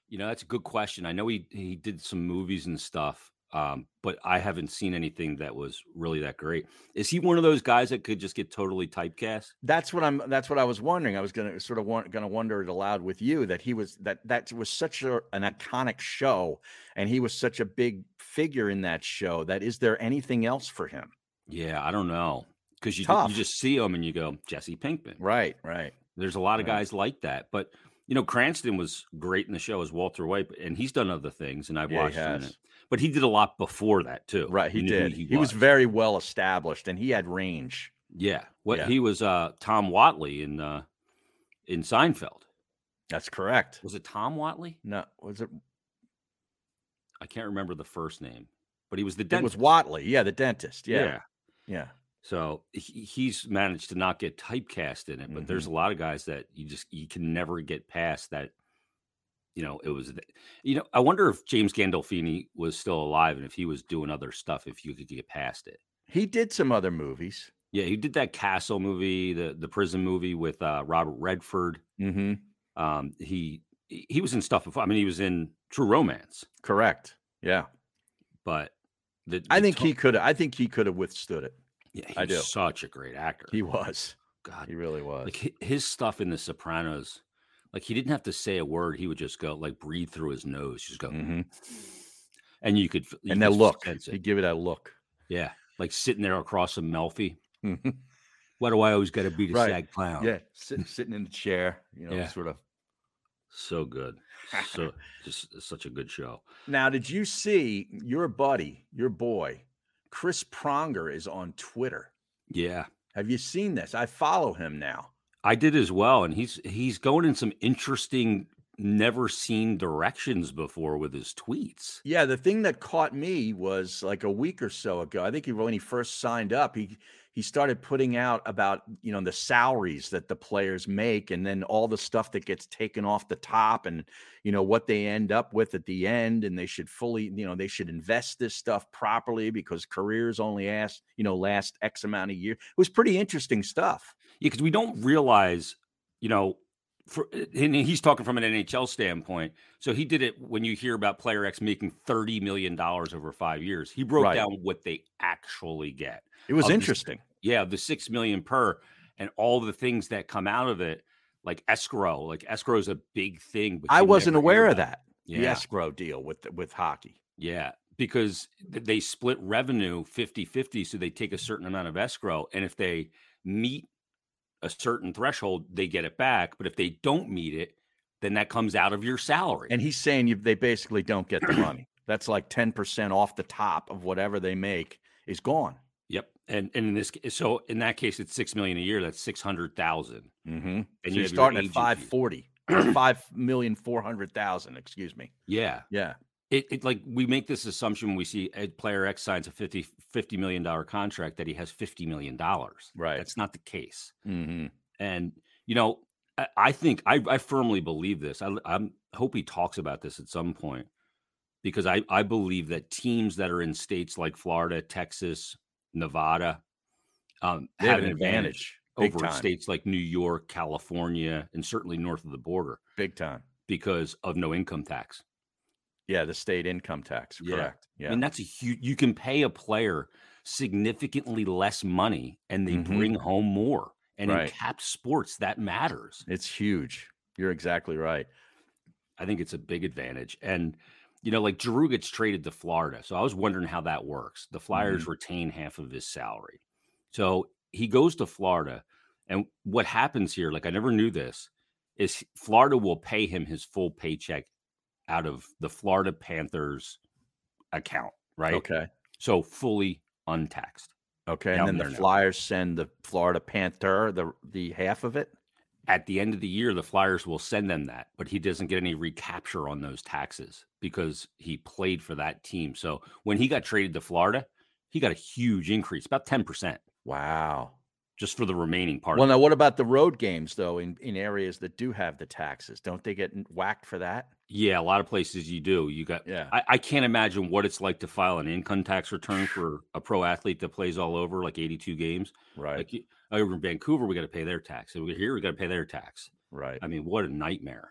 S1: You know, that's a good question. I know he he did some movies and stuff, um, but I haven't seen anything that was really that great. Is he one of those guys that could just get totally typecast?
S2: That's what I'm. That's what I was wondering. I was gonna sort of want, gonna wonder it aloud with you that he was that that was such a, an iconic show, and he was such a big figure in that show. That is there anything else for him?
S1: Yeah, I don't know because you,
S2: Tough.
S1: you just see him and you go Jesse Pinkman.
S2: Right. Right.
S1: There's a lot of
S2: Right.
S1: guys like that, but you know Cranston was great in the show as Walter White, and he's done other things, and I've
S2: Yeah,
S1: watched
S2: he
S1: him in
S2: has.
S1: it. But he did a lot before that too.
S2: Right. He
S1: You knew who
S2: did. He, was very well established, and he had range.
S1: yeah. What
S2: Yeah.
S1: he was uh Tom Watley in uh in Seinfeld.
S2: That's correct.
S1: Was it Tom Watley?
S2: No, was it?
S1: I can't remember the first name, but he was the
S2: It
S1: dentist.
S2: was Watley. Yeah, the dentist. Yeah. Yeah.
S1: So he, he's managed to not get typecast in it, but there's a
S2: Mm-hmm.
S1: lot of guys that you just you can never get past that. You know, it was, th- you know, I wonder if James Gandolfini was still alive and if he was doing other stuff, if you could get past it.
S2: He did some other movies.
S1: Yeah, he did that Castle movie, the the prison movie with uh, Robert Redford.
S2: Mm-hmm.
S1: Um, he he he was in stuff before. I mean, he was in True Romance,
S2: Correct. Yeah.
S1: but the,
S2: I
S1: the
S2: think
S1: to-
S2: he could. I think he could have withstood it.
S1: yeah, he
S2: I
S1: was
S2: do.
S1: such a great actor.
S2: He was.
S1: God
S2: He really was.
S1: like hi- his stuff in the sopranos like he didn't have to say a word he would just go like breathe through his nose just go
S2: Mhm.
S1: (sniffs) and you could f- you
S2: And that
S1: could
S2: look.
S1: sense
S2: He
S1: it.
S2: give it a look.
S1: yeah like sitting there across from melfi
S2: Mhm.
S1: why do i always got to be the
S2: Right.
S1: sad clown
S2: Yeah. Sitting sitting in the chair. You know,
S1: Yeah.
S2: sort of.
S1: so good
S2: (laughs)
S1: so just such a good show
S2: Now, did you see your buddy, your boy, Chris Pronger is on Twitter?
S1: yeah
S2: Have you seen this? I follow him now.
S1: i did as well and he's he's going in some interesting never seen directions before with his tweets
S2: Yeah, the thing that caught me was like a week or so ago. I think he when he first signed up, he he started putting out about you know the salaries that the players make, and then all the stuff that gets taken off the top, and you know what they end up with at the end, and they should fully you know they should invest this stuff properly because careers only last you know last X amount of years. It was pretty interesting stuff.
S1: Yeah, because we don't realize, you know, for, eh, and he's talking from an NHL standpoint. So he did it when you hear about player X making thirty million dollars over five years. He broke
S2: Right.
S1: down what they actually get.
S2: It was
S1: Of the-
S2: interesting.
S1: Yeah, the six million per, and all the things that come out of it, like escrow. Like escrow is a big thing. but
S2: I
S1: you
S2: wasn't
S1: never hear
S2: aware of
S1: about it.
S2: that
S1: Yeah,
S2: the escrow deal with the- with hockey.
S1: yeah, because th- they split revenue 50-50, so they take a certain amount of escrow, and if they meet a certain threshold, they get it back. But if they don't meet it, then that comes out of your salary.
S2: And he's saying you, they basically don't get the money. That's like 10% off the top of whatever they make is gone.
S1: yep. And and in this ca- so in that case, it's six million a year. That's six hundred thousand.
S2: Mm-hmm.
S1: And
S2: And you're
S1: have your
S2: starting at
S1: agent fees.
S2: 540, or 5,400,000, excuse me.
S1: Yeah.
S2: Yeah.
S1: It, it like we make this assumption when we see Ed player X signs a 50 $50 million dollar contract that he has $50 million.
S2: Right.
S1: That's not the case.
S2: Mm-hmm.
S1: and you know i, I think I, I firmly believe this I, am hope he talks about this at some point because I, I believe that teams that are in states like florida texas nevada um,
S2: They have an advantage. Big
S1: over
S2: time.
S1: states like new york california and certainly north of the border
S2: Big time.
S1: because of no income tax
S2: Yeah. The state income tax.
S1: Yeah.
S2: Correct. Yeah.
S1: I mean, that's a huge you can pay a player significantly less money and they
S2: Mhm.
S1: bring home more and in
S2: Right.
S1: cap sports that matters
S2: it's huge. You're exactly right.
S1: I think it's a big advantage. And you know, like Giroux gets traded to Florida, so I was wondering how that works. The Flyers retain half of his salary, so he goes to Florida. And what happens here? Like I never knew this. Is Florida will pay him his full paycheck out of the Florida Panthers account, right?
S2: Okay.
S1: So fully untaxed.
S2: Okay.
S1: Down
S2: and
S1: there
S2: then the
S1: now.
S2: Flyers send the Florida Panther the the half of it.
S1: At the end of the year, the Flyers will send them that, but he doesn't get any recapture on those taxes because he played for that team. So when he got traded to Florida, he got a huge increase, about 10%
S2: Wow.
S1: just for the remaining part.
S2: Well,
S1: of it.
S2: now what about the road games though? In in areas that do have the taxes, don't they get n- whacked for that?
S1: Yeah, a lot of places you do. You got
S2: Yeah.
S1: I, I can't imagine what it's like to file an income tax return for a pro athlete that plays all over like 82 games.
S2: Right.
S1: Like you- over in Vancouver, we got to pay their tax. Over here, we got to pay their tax.
S2: right.
S1: I mean, what a nightmare.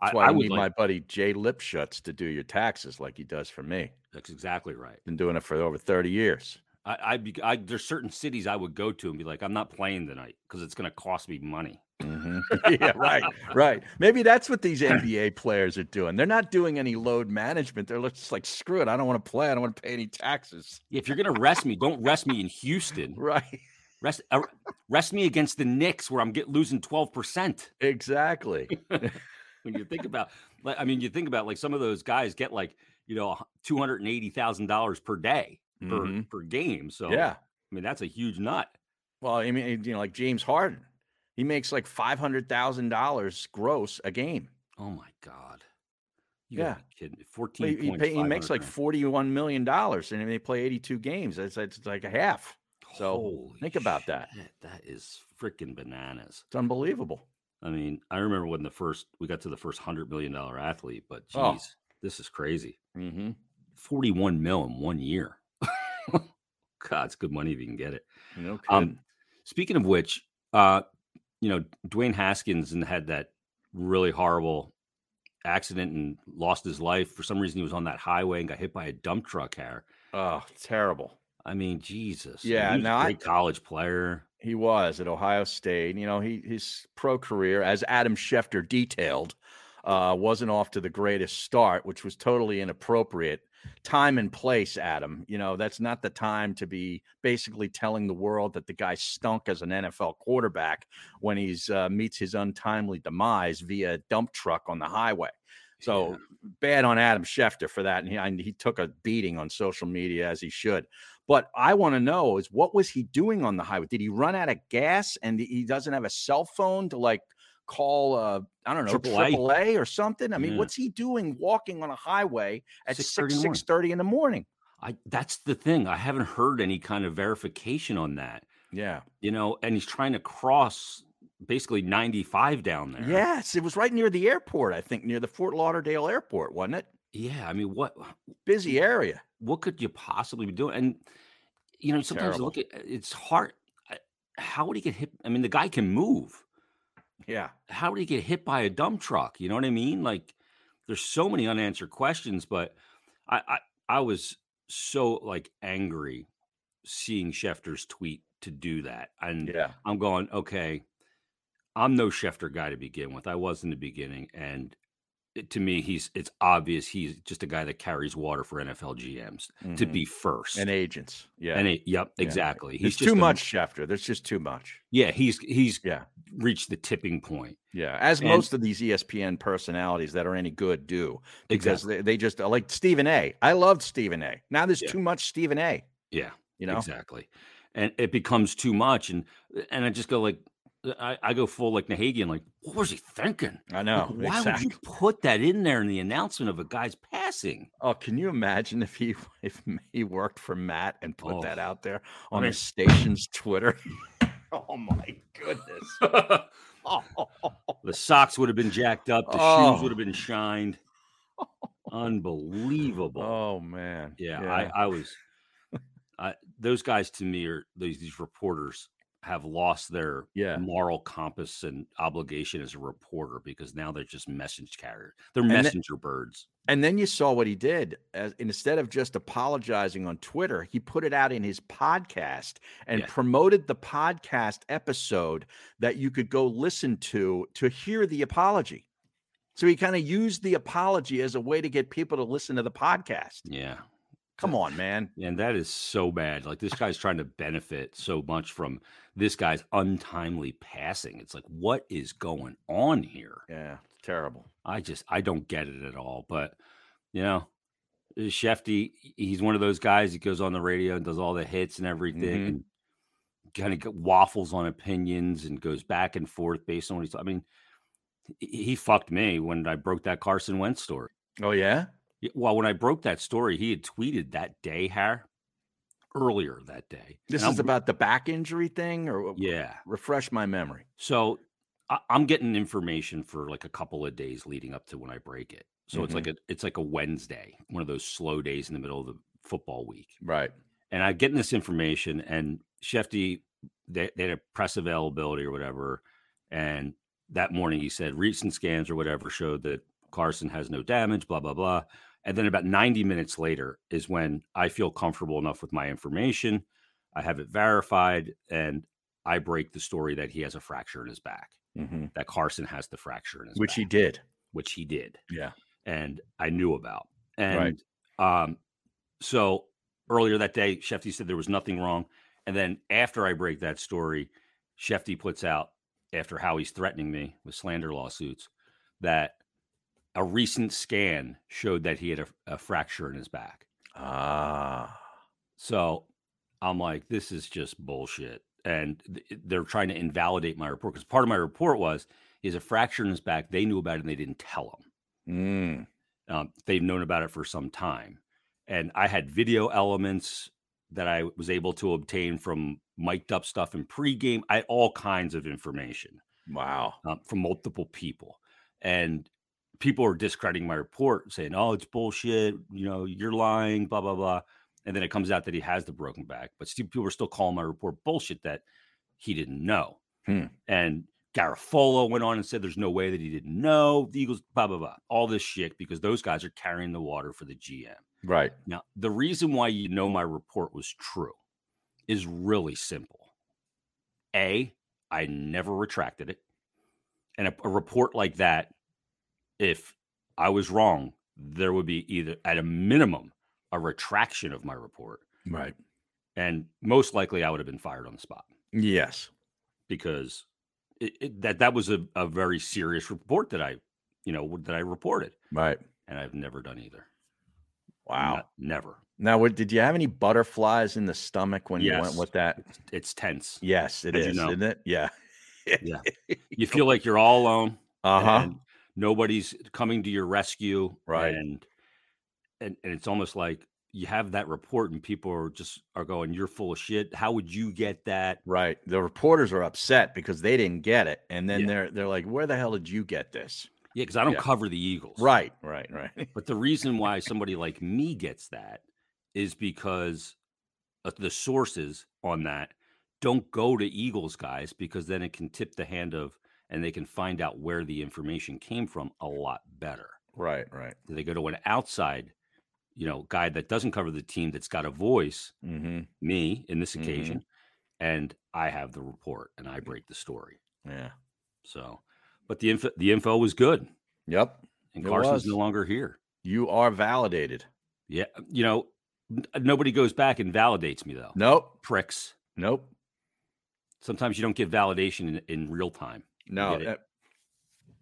S2: That's
S1: I,
S2: why I,
S1: I would
S2: need
S1: like,
S2: my buddy Jay Lipschutz to do your taxes like he does for me.
S1: that's exactly right.
S2: Been doing it for over 30 years.
S1: I, I'd be, I, there's certain cities I would go to and be like, I'm not playing tonight because it's going to cost me money.
S2: Mhm.
S1: Mm-hmm.
S2: (laughs) yeah, right, right. Maybe that's what these NBA players are doing. They're not doing any load management. They're just like, screw it. I don't want to play. I don't want to pay any taxes. (laughs)
S1: If you're going to rest me, don't rest me in Houston.
S2: Right.
S1: Rest, uh, rest me against the Knicks where I'm get losing 12%.
S2: Exactly.
S1: when you think about like i mean you think about like some of those guys get like you know $280000 per day per,
S2: Mhm.
S1: per game so
S2: Yeah.
S1: i mean that's a huge nut
S2: Well, I mean, you know, like James Harden, he makes like $500,000 gross a game.
S1: oh my god you
S2: Yeah.
S1: gotta be kidding me.
S2: Well,
S1: 14
S2: He, he,
S1: points,
S2: pay, he makes
S1: 500
S2: like
S1: grand.
S2: $41 million and they play 82 games. That's, that's like a half. so
S1: Holy
S2: think about that.
S1: shit, that is freaking bananas
S2: It's unbelievable.
S1: i mean i remember when the first we got to the first 100 million dollar athlete but geez
S2: Oh.
S1: this is crazy
S2: Mm-hmm.
S1: 41 mil in one year (laughs) god it's good money if you can get it
S2: No
S1: Um,
S2: kidding.
S1: Speaking of which, uh, you know, Dwayne Haskins and had that really horrible accident and lost his life. For some reason, he was on that highway and got hit by a dump truck. Here,
S2: oh, terrible.
S1: I mean, Jesus.
S2: Yeah,
S1: he was
S2: now
S1: a
S2: I-
S1: great college player.
S2: He was at Ohio State. You know, he his pro career, as Adam Schefter detailed, uh, wasn't off to the greatest start, which was totally inappropriate. Time and place, Adam. You know, that's not the time to be basically telling the world that the guy stunk as an NFL quarterback when he's uh, meets his untimely demise via a dump truck on the highway. So
S1: Yeah.
S2: bad on Adam Schefter for that, and he, and he took a beating on social media as he should. But I want to know is what was he doing on the highway? Did he run out of gas and he doesn't have a cell phone to like call uh I don't know
S1: AAA.
S2: AAA, or something? I mean,
S1: Yeah.
S2: what's he doing walking on a highway
S1: 6:30
S2: at six
S1: in the morning.
S2: six thirty in the morning?
S1: I that's the thing. I haven't heard any kind of verification on that.
S2: Yeah.
S1: You know, and he's trying to cross basically 95 down there.
S2: Yes, it was right near the airport, I think, near the Fort Lauderdale airport, wasn't it?
S1: Yeah. I mean, what
S2: Busy area.
S1: what could you possibly be doing? And you know, sometimes you look at it's hard. I- How would he get hit? I mean, the guy can move.
S2: Yeah.
S1: How would he get hit by a dump truck? You know what I mean? Like, there's so many unanswered questions. But I, I, I was so like angry seeing Schefter's tweet to do that, and
S2: Yeah.
S1: I'm going, okay, I'm no Schefter guy to begin with. I was in the beginning, and it, to me, he's it's obvious he's just a guy that carries water for NFL GMs to
S2: Mhm.
S1: be first.
S2: and agents. Yeah.
S1: And it, yep,
S2: Yeah.
S1: exactly.
S2: There's
S1: just
S2: too
S1: a-
S2: much, Schefter. There's just too much.
S1: Yeah, he's he's
S2: Yeah.
S1: reached the tipping point.
S2: Yeah, as
S1: And-
S2: most of these E ESPN personalities that are any good do, because
S1: Exactly.
S2: they, they just uh, like Stephen A. I loved Stephen A. Now there's
S1: Yeah.
S2: too much Stephen A.
S1: Yeah,
S2: You know,
S1: exactly. And it becomes too much, and and I just go like, I, I go full like Nahagian, like, what was he thinking?
S2: I
S1: Like,
S2: know.
S1: why would you put that in there in the announcement of a guy's
S2: (laughs)
S1: passing?
S2: Oh, can you imagine if he (laughs) if he worked for Matt and put
S1: Oh,
S2: that out there
S1: I
S2: on
S1: mean-
S2: his station's Twitter? (laughs) oh my
S1: (laughs)
S2: goodness!
S1: the
S2: Oh,
S1: socks would have been jacked up. The shoes
S2: Oh.
S1: would have been shined. Unbelievable.
S2: oh, man.
S1: Yeah, I, I was. I, those guys to me are these these reporters have lost their
S2: Yeah.
S1: moral compass and obligation as a reporter because now they're just message carriers. They're
S2: the-
S1: messenger birds.
S2: And then you saw what he did. As, instead of just apologizing on Twitter, he put it out in his podcast and
S1: Yeah.
S2: promoted the podcast episode that you could go listen to to hear the apology. So he kind of used the apology as a way to get people to listen to the podcast.
S1: Yeah,
S2: Come on, man.
S1: and that is so bad. Like this guy's trying to benefit so much from this guy's untimely passing. It's like what is going on here?
S2: Yeah, it's terrible.
S1: I just I don't get it at all. But you know, uh, Shefty, he's one of those guys that goes on the radio and does all the hits and everything,
S2: Mhm.
S1: and kind of waffles on opinions and goes back and forth based on what he's. I mean, he, he fucked me when I broke that Carson Wentz story.
S2: Oh yeah.
S1: Yeah, Well, when I broke that story, he had tweeted that day, Har, earlier that day.
S2: This
S1: And
S2: is
S1: I'm-
S2: about the back injury thing, or
S1: yeah.
S2: refresh my memory.
S1: So I, I'm getting information for like a couple of days leading up to when I break it. So it's like a it's like a Wednesday, one of those slow days in the middle of the football week.
S2: Right.
S1: And I'm getting this information, and Shefty they, they had a press availability or whatever, and that morning he said recent scans or whatever showed that Carson has no damage, blah blah blah. And then about 90 minutes later is when I feel comfortable enough with my information. I have it verified and I break the story that he has a fracture in his back
S2: Mhm.
S1: that Carson has the fracture in his
S2: Which
S1: back,
S2: he did.
S1: which he did,
S2: Yeah.
S1: and I knew about.
S2: Right.
S1: And um, so earlier that day, Shefty said there was nothing wrong, and then after I break that story, Shefty puts out after how he's threatening me with slander lawsuits that a recent scan showed that he had a, a fracture in his back.
S2: Ah.
S1: So I'm like, this is just bullshit. And th- they're trying to invalidate my report because part of my report was he has a fracture in his back. They knew about it and they didn't tell him.
S2: Mm.
S1: Um, they've known about it for some time. And I had video elements that I was able to obtain from mic'd up stuff in pregame. I had all kinds of information
S2: Wow.
S1: um, from multiple people. And people are discrediting my report, saying, oh, it's bullshit. You know, you're lying, blah, blah, blah. And then it comes out that he has the broken back. But still, people are still calling my report bullshit that he didn't know.
S2: Hmm.
S1: And Garofolo went on and said, there's no way that he didn't know. The Eagles, blah, blah, blah. All this shit because those guys are carrying the water for the GM.
S2: Right.
S1: Now, the reason why you know my report was true is really simple. A, I never retracted it. And a, a report like that, if I was wrong, there would be either, at a minimum, a retraction of my report.
S2: Right.
S1: And most likely I would have been fired on the spot
S2: Yes.
S1: because it, it, that, that was a, a very serious report that I, you know, that I reported.
S2: Right.
S1: And I've never done either.
S2: Wow.
S1: Not- never.
S2: Now, what, did you have any butterflies in the stomach when you
S1: Yes.
S2: went with that?
S1: It's tense.
S2: Yes, it
S1: As you
S2: is,
S1: know.
S2: isn't it? Yeah.
S1: you feel like you're all alone.
S2: Uh huh.
S1: and Nobody's coming to your rescue.
S2: Right.
S1: And, and and it's almost like you have that report and people are just are going, You're full of shit. How would you get that?
S2: Right. The reporters are upset because they didn't get it, and then
S1: Yeah.
S2: they're they're like, "Where the hell did you get this?"
S1: Yeah, because I don't
S2: Yeah.
S1: cover the Eagles.
S2: Right. Right.
S1: (laughs)
S2: Right. (laughs)
S1: But the reason why somebody like me gets that is because uh, the sources on that don't go to Eagles guys because then it can tip the hand of and they can find out where the information came from a lot better.
S2: Right. Right.
S1: Do they go to an outside, you know, guy that doesn't cover the team that's got a voice,
S2: Mm-hmm.
S1: me in this
S2: Mhm.
S1: occasion, and I have the report and I break the story.
S2: Yeah.
S1: So, but the info the info was good,
S2: Yep.
S1: and
S2: It
S1: Carson's no
S2: was.
S1: longer here.
S2: You are validated.
S1: Yeah, you know, n- uh, nobody goes back and validates me though.
S2: Nope.
S1: Pricks.
S2: Nope.
S1: Sometimes you don't get validation in, in real time.
S2: No.
S1: get it.
S2: uh,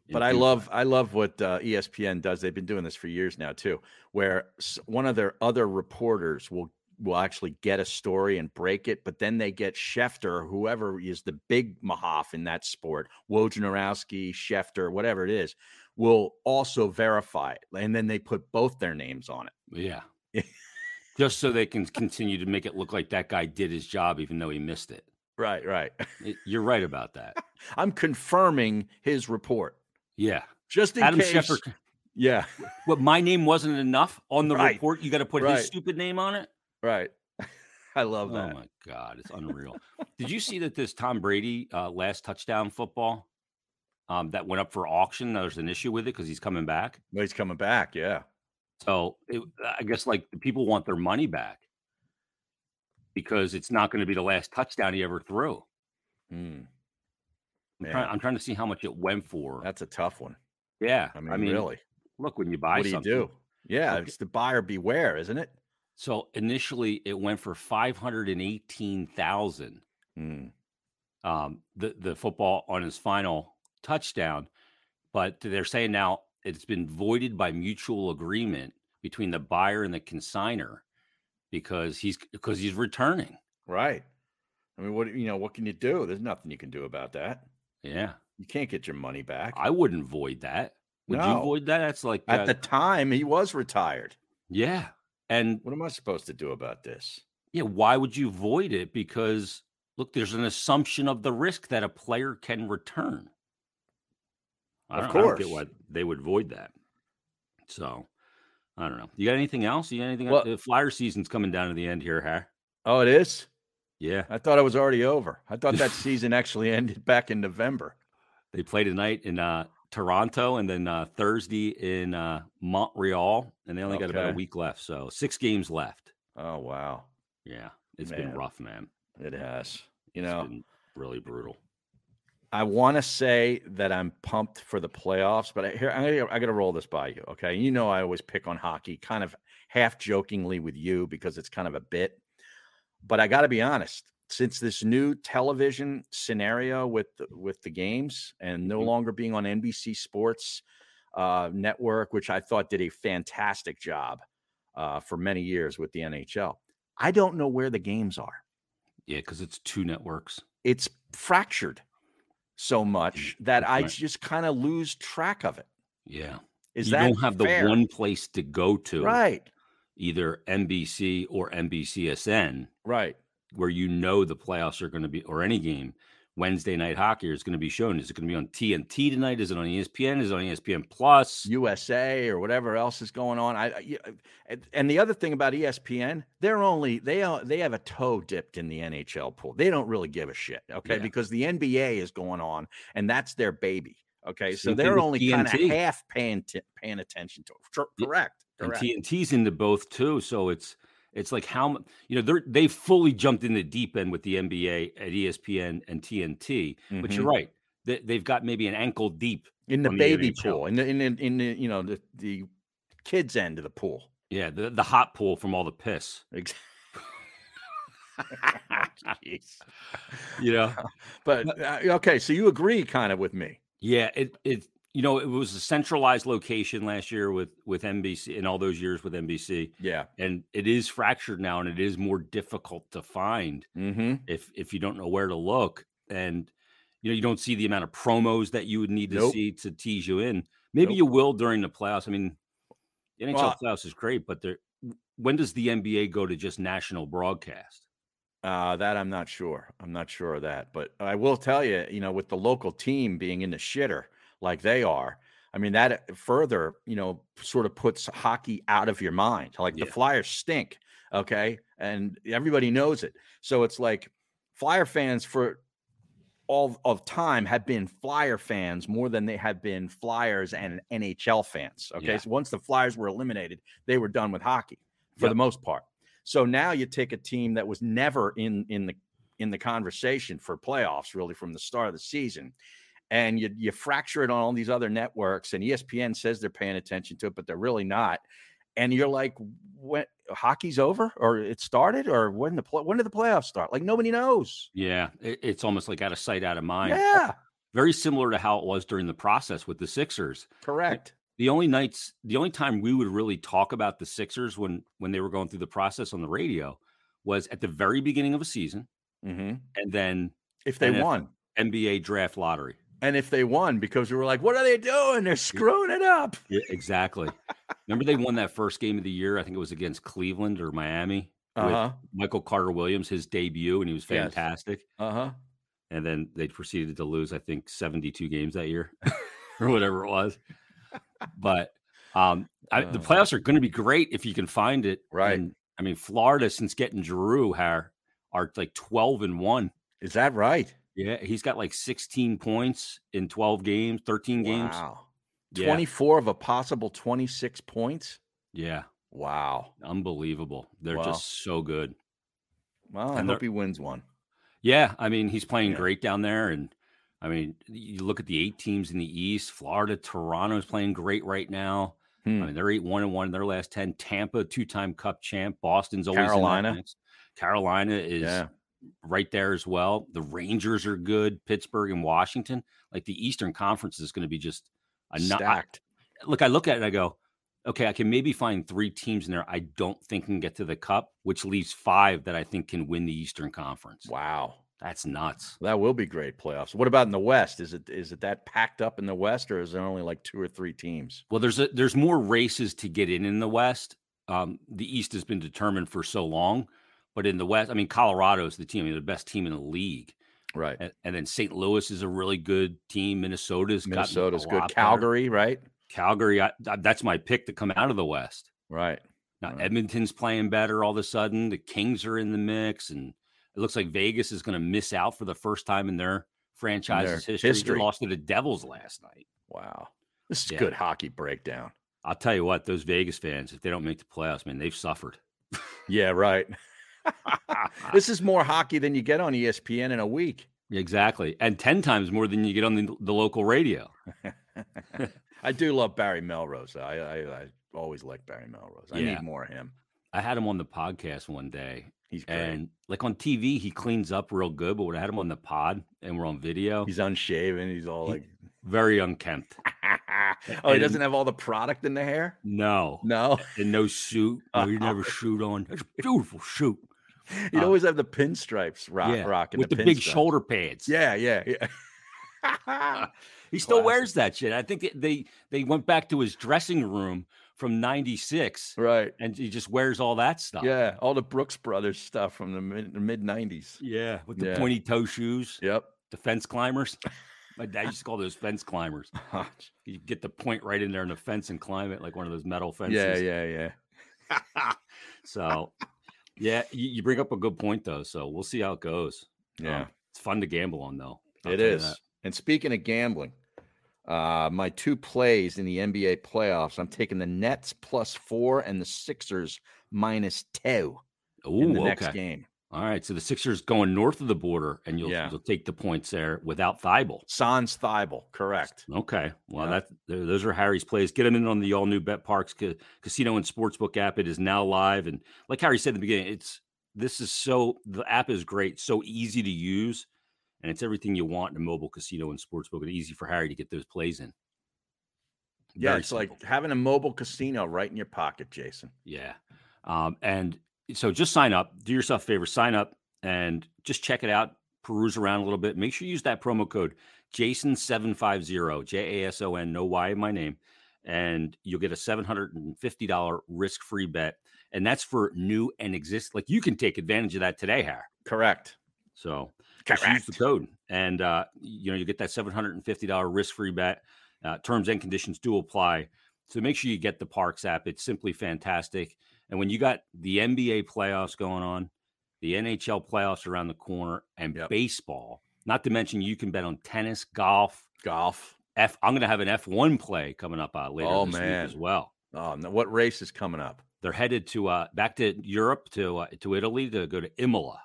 S1: in
S2: but I
S1: due
S2: love I love what uh, ESPN does. They've been doing this for years now too, where s- one of their other reporters will will actually get a story and break it, but then they get Schefter, whoever is the big Mahoff in that sport, Wojnarowski, Schefter, whatever it is, will also verify it, and then they put both their names on it. (laughs)
S1: Yeah. Just so they can continue to make it look like that guy did his job, even though he missed it.
S2: Right, right.
S1: Y- You're right about that.
S2: (laughs) I'm confirming his report
S1: Yeah.
S2: just in
S1: Adam
S2: case.
S1: Shepard
S2: (laughs) Yeah,
S1: What my name wasn't enough on the
S2: Right.
S1: report? You got to put
S2: Right.
S1: his stupid name on it.
S2: right. (laughs) I
S1: Oh
S2: love that.
S1: my god, it's unreal. Did you see that this Tom Brady uh, last touchdown football um, that went up for auction? There's an issue with it because he's coming back.
S2: Well, He's coming back. Yeah.
S1: So it, I guess like the people want their money back because it's not going to be the last touchdown he ever threw.
S2: Mm,
S1: I'm,
S2: Yeah.
S1: trying, I'm trying to see how much it went for.
S2: that's a tough one.
S1: yeah,
S2: I mean, really.
S1: Look, when you buy
S2: what do you
S1: something,
S2: do? Yeah,
S1: Okay.
S2: it's the buyer beware, isn't it?
S1: so initially it went for five hundred and eighteen thousand. Hmm.
S2: Mm.
S1: um, the the football on his final touchdown, but they're saying now it's been voided by mutual agreement between the buyer and the consigner because he's because he's returning.
S2: Right. I mean, what you know, what can you do? There's nothing you can do about that.
S1: Yeah.
S2: You can't get your money back.
S1: I wouldn't void that. Would you
S2: No.
S1: void that? That's like
S2: At
S1: uh,
S2: the time, he was retired.
S1: yeah. And
S2: What am I supposed to do about this?
S1: yeah, why would you void it? Because look, there's an assumption of the risk that a player can return. I
S2: Of
S1: don't, I don't get
S2: course.
S1: why they would void that. So I don't know. You got anything else? You got anything?
S2: Well-
S1: else? The flyer season's coming down to the end here, huh?
S2: Oh, it is.
S1: Yeah.
S2: I thought it was already over. I thought
S1: (laughs)
S2: that season actually ended back in November.
S1: They play tonight in uh, Toronto and then uh, Thursday in uh, Montreal, and they only got about a
S2: Okay.
S1: week left, so six games left.
S2: Oh wow,
S1: Yeah, it's been
S2: Man.
S1: rough, man.
S2: it has. You
S1: It's
S2: know,
S1: been really brutal.
S2: I want to say that I'm pumped for the playoffs, but I, here I, gotta- I got to roll this by you. Okay, you know I always pick on hockey, kind of half jokingly with you because it's kind of a bit. But I got to be honest. Since this new television scenario with the, with the games and no
S1: Mhm.
S2: longer being on NBC Sports uh, Network, which I thought did a fantastic job uh, for many years with the NHL, I don't know where the games are
S1: Yeah, because it's two networks.
S2: it's fractured so much that
S1: that's
S2: I
S1: right.
S2: just kind of lose track of it.
S1: Yeah,
S2: Is
S1: you
S2: that
S1: don't have
S2: fair?
S1: the one place to go to,
S2: right?
S1: either NBC or NBCSN,
S2: Right.
S1: where you know the playoffs are going to be, or any game. Wednesday night hockey is going to be shown. Is it going to be on TNT tonight? Is it on E ESPN? Is it on ESPN Plus?
S2: USA or whatever else is going on. I, I you- uh, and- and the other thing about E ESPN, they're only they are they have a toe dipped in the NHL pool. They don't really give a shit, okay?
S1: Yeah.
S2: Because the NBA is going on and that's their baby, okay?
S1: Same
S2: So
S1: thing
S2: they're
S1: with
S2: only kind of
S1: TNT.
S2: half paying t- paying attention to it. Tr-
S1: Yeah,
S2: Correct.
S1: and
S2: Correct.
S1: TNT's into both too. So it's it's like how mu- you know they're they fully jumped in the deep end with the NBA at E ESPN and TNT. But you're
S2: Mhm.
S1: right, they, they've got maybe an ankle deep.
S2: in the
S1: on the
S2: baby
S1: NHL.
S2: pool, in the in the, in the you know the the kids end of the pool. (laughs)
S1: Yeah, the, the hot pool from all the piss.
S2: Ex- Jeez.
S1: You know,
S2: But uh, okay, so you agree kind of with me.
S1: yeah, it it you know it was a centralized location last year with with NBC and all those years with NBC,
S2: Yeah.
S1: and it is fractured now, and it is more difficult to find.
S2: Mm-hmm.
S1: if if you don't know where to look and you know you don't see the amount of promos that you would need to
S2: Nope.
S1: see to tease you in maybe
S2: Nope.
S1: you will during the playoffs i mean the nhl
S2: Well,
S1: playoffs is great but there when does the nba go to just national broadcast
S2: Uh, that I'm not sure. I'm not sure of that. But I will tell you, you know, with the local team being in the shitter like they are, I mean, that further, you know, sort of puts hockey out of your mind. Like the
S1: Yeah.
S2: Flyers stink. Okay. And everybody knows it. So it's like Flyer fans for all of time have been Flyer fans more than they have been Flyers and NHL fans. Okay.
S1: Yeah.
S2: So once the Flyers were eliminated, they were done with hockey for
S1: Yep.
S2: the most part. So now you take a team that was never in in the in the conversation for playoffs really from the start of the season and you you fracture it on all these other networks and E ESPN says they're paying attention to it but they're really not and you're like when hockey's over or it started or when the play, when did the playoffs start like nobody knows
S1: yeah it- it's almost like out of sight out of mind
S2: yeah
S1: very similar to how it was during the process with the sixers
S2: correct
S1: the only nights the only time we would really talk about the sixers when when they were going through the process on the radio was at the very beginning of a season
S2: mm-hmm.
S1: and then
S2: if they
S1: And if-
S2: won
S1: nba draft lottery
S2: and if they won because we were like what are they doing they're screwing it up
S1: Yeah, exactly. Remember they won that first game of the year? I think it was against Cleveland or Miami. with
S2: uh-huh
S1: Michael Carter Williams, his debut, and he was
S2: Yes.
S1: fantastic.
S2: uh-huh
S1: And then they proceeded to lose, I think, 72 games that year (laughs) or whatever it was. But um, I, the
S2: Oh.
S1: playoffs are going to be great if you can find it.
S2: Right.
S1: And, I mean, Florida, since getting Giroux, are, are like 12 and 1.
S2: is that right
S1: Yeah. He's got like 16 points in 12 games, 13 games.
S2: wow
S1: Yeah.
S2: 24 of a possible 26 points.
S1: Yeah.
S2: Wow.
S1: Unbelievable. They're
S2: Wow.
S1: just so good.
S2: Well, I
S1: And
S2: hope
S1: they're-
S2: he wins one.
S1: Yeah, I mean he's playing
S2: Yeah.
S1: great down there, and I mean you look at the eight teams in the East. Florida, Toronto's playing great right now.
S2: Hmm.
S1: I mean they're eight one and one in their last ten. Tampa, two time Cup champ. Boston's always in that
S2: Carolina.
S1: mix. Carolina is
S2: Yeah.
S1: right there as well. The Rangers are good. Pittsburgh and Washington. Like the Eastern Conference is going to be just a no- I-
S2: Stacked.
S1: look. I look at it, and I go, okay, I can maybe find three teams in there I don't think can get to the cup, which leaves five that I think can win the Eastern Conference.
S2: Wow.
S1: That's nuts.
S2: That will be great playoffs. What about in the West? Is it is it that packed up in the West, or is there only like two or three teams?
S1: Well, there's a, there's more races to get in in the West. Um, the East has been determined for so long, but in the West, I mean, Colorado is the team, I mean, the best team in the league,
S2: right?
S1: And, and, then St. Louis is a really good team. Minnesota's
S2: Minnesota's good. Calgary, better. right?
S1: Calgary, I, that's my pick to come out of the West.
S2: Right
S1: now,
S2: right.
S1: Edmonton's playing better all of a sudden. The Kings are in the mix, and it looks like Vegas is going to miss out for the first time in their franchise's in their history. history. They lost to the Devils last night.
S2: Wow, this is yeah. good hockey breakdown.
S1: I'll tell you what; those Vegas fans, if they don't make the playoffs, man, they've suffered.
S2: yeah, right.
S1: (laughs)
S2: this is more hockey than you get on E ESPN in a week.
S1: Exactly, and ten times more than you get on the, the local radio.
S2: I do love Barry Melrose. I I, I always like Barry Melrose. I yeah. need more of him.
S1: I had him on the podcast one day.
S2: He's
S1: great. and like on TV, he cleans up real good. But when I had him on the pod and we're on video,
S2: he's unshaven. He's all like (laughs) he,
S1: very unkempt.
S2: oh, he doesn't have all the product in the hair.
S1: (laughs) No,
S2: no, (laughs)
S1: and no suit. No, you (laughs) never shoot on. That's a beautiful suit.
S2: You'd uh, always have the pinstripes rock, yeah, rocking
S1: with the, the big shoulder pads.
S2: Yeah, yeah, yeah.
S1: he still Classic. wears that shit. I think they they went back to his dressing room from 96
S2: (laughs) right
S1: and he just wears all that stuff
S2: yeah all the brooks brothers stuff from the mid, the mid 90s
S1: yeah with the yeah. pointy toe shoes (laughs)
S2: yep
S1: the fence climbers my dad used to call those fence climbers you get the point right in there in the fence and climb it like one of those metal fences
S2: yeah yeah
S1: yeah so yeah you, you, bring up a good point though so we'll see how it goes
S2: yeah um,
S1: it's fun to gamble on though
S2: I'll it is and speaking of gambling uh, my two plays in the NBA playoffs. I'm taking the Nets plus four and the Sixers minus two
S1: Ooh,
S2: in the
S1: okay.
S2: next game.
S1: All right, so the Sixers going north of the border, and you'll, yeah. you'll take the points there without Thibault.
S2: Sans Thibault, correct?
S1: Okay, well yeah. that those are Harry's plays. Get them in on the all new Bet Parks ca- Casino and Sportsbook app. It is now live, and like Harry said in the beginning, it's this is so the app is great, so easy to use and it's everything you want in a mobile casino and sportsbook, and easy for Harry to get those plays in.
S2: Very yeah, it's simple. like having a mobile casino right in your pocket, Jason.
S1: Yeah, um, and so just sign up. Do yourself a favor, sign up, and just check it out. Peruse around a little bit. Make sure you use that promo code Jason seven five zero J A S O N no Y in my name, and you'll get a seven hundred and fifty dollar risk free bet, and that's for new and exist. Like you can take advantage of that today, Harry.
S2: Correct.
S1: So just use the code, and uh, you know you get that seven hundred and fifty dollar risk free bet. Uh, terms and conditions do apply. So make sure you get the Parks app. It's simply fantastic. And when you got the NBA playoffs going on, the NHL playoffs around the corner, and yep. baseball, not to mention you can bet on tennis, golf,
S2: golf.
S1: F. I'm going to have an F1 play coming up uh, later oh, this man. week as well.
S2: Oh, no, what race is coming up?
S1: They're headed to uh, back to Europe to uh, to Italy to go to Imola.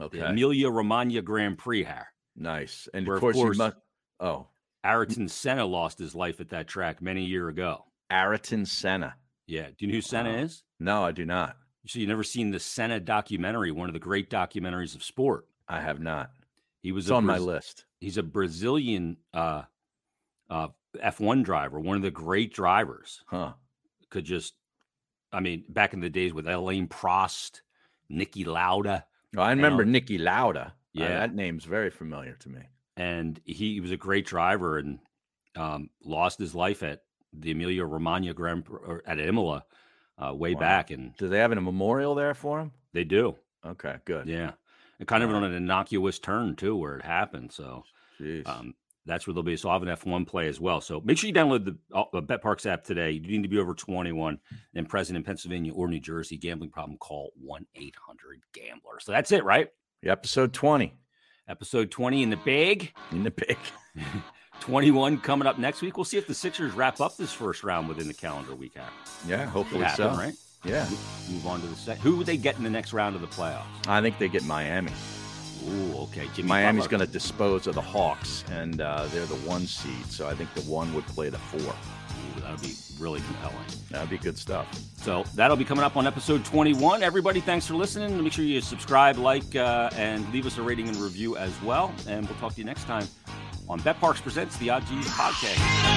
S2: Okay.
S1: The Emilia Romagna Grand Prix here.
S2: Nice.
S1: And Where, of course, of course must,
S2: oh.
S1: Ayrton Senna lost his life at that track many year ago.
S2: Ayrton Senna.
S1: Yeah. Do you know who Senna uh, is?
S2: No, I do not.
S1: So you never seen the Senna documentary, one of the great documentaries of sport.
S2: I have not.
S1: He was
S2: on Bra- my list.
S1: He's a Brazilian uh, uh, F1 driver, one of the great drivers.
S2: Huh.
S1: Could just I mean, back in the days with Elaine Prost, Nicky Lauda.
S2: Oh, I remember and, Nicky Lauda.
S1: Yeah, uh,
S2: that name's very familiar to me.
S1: And he, he was a great driver and um, lost his life at the Emilia Romagna Grand or at Imola uh, way wow. back. And
S2: do they have a memorial there for him?
S1: They do.
S2: Okay, good.
S1: Yeah, and kind of
S2: uh
S1: right. on an innocuous turn too, where it happened. So
S2: um,
S1: that's where they'll be. So I have an F one play as well. So make sure you download the uh, Bet Parks app today. You need to be over twenty one and present in Pennsylvania or New Jersey. Gambling problem? Call one eight hundred Gambler. So that's it, right?
S2: Episode twenty.
S1: Episode twenty in the bag.
S2: In the bag.
S1: twenty one coming up next week. We'll see if the Sixers wrap up this first round within the calendar week. Hour.
S2: (laughs) Yeah, hopefully happen, so.
S1: Right.
S2: Yeah.
S1: Move on to the second. Who would they get in the next round of the playoffs?
S2: I think they get Miami.
S1: Ooh, okay. Jimmy
S2: Miami's going to dispose of the Hawks, and uh, they're the one seed, so I think the one would play the four.
S1: Ooh, that would be really compelling.
S2: That would be good stuff.
S1: So that'll be coming up on episode 21. Everybody, thanks for listening. Make sure you subscribe, like, uh, and leave us a rating and review as well. And we'll talk to you next time on Bet Parks Presents the Odd G's Podcast.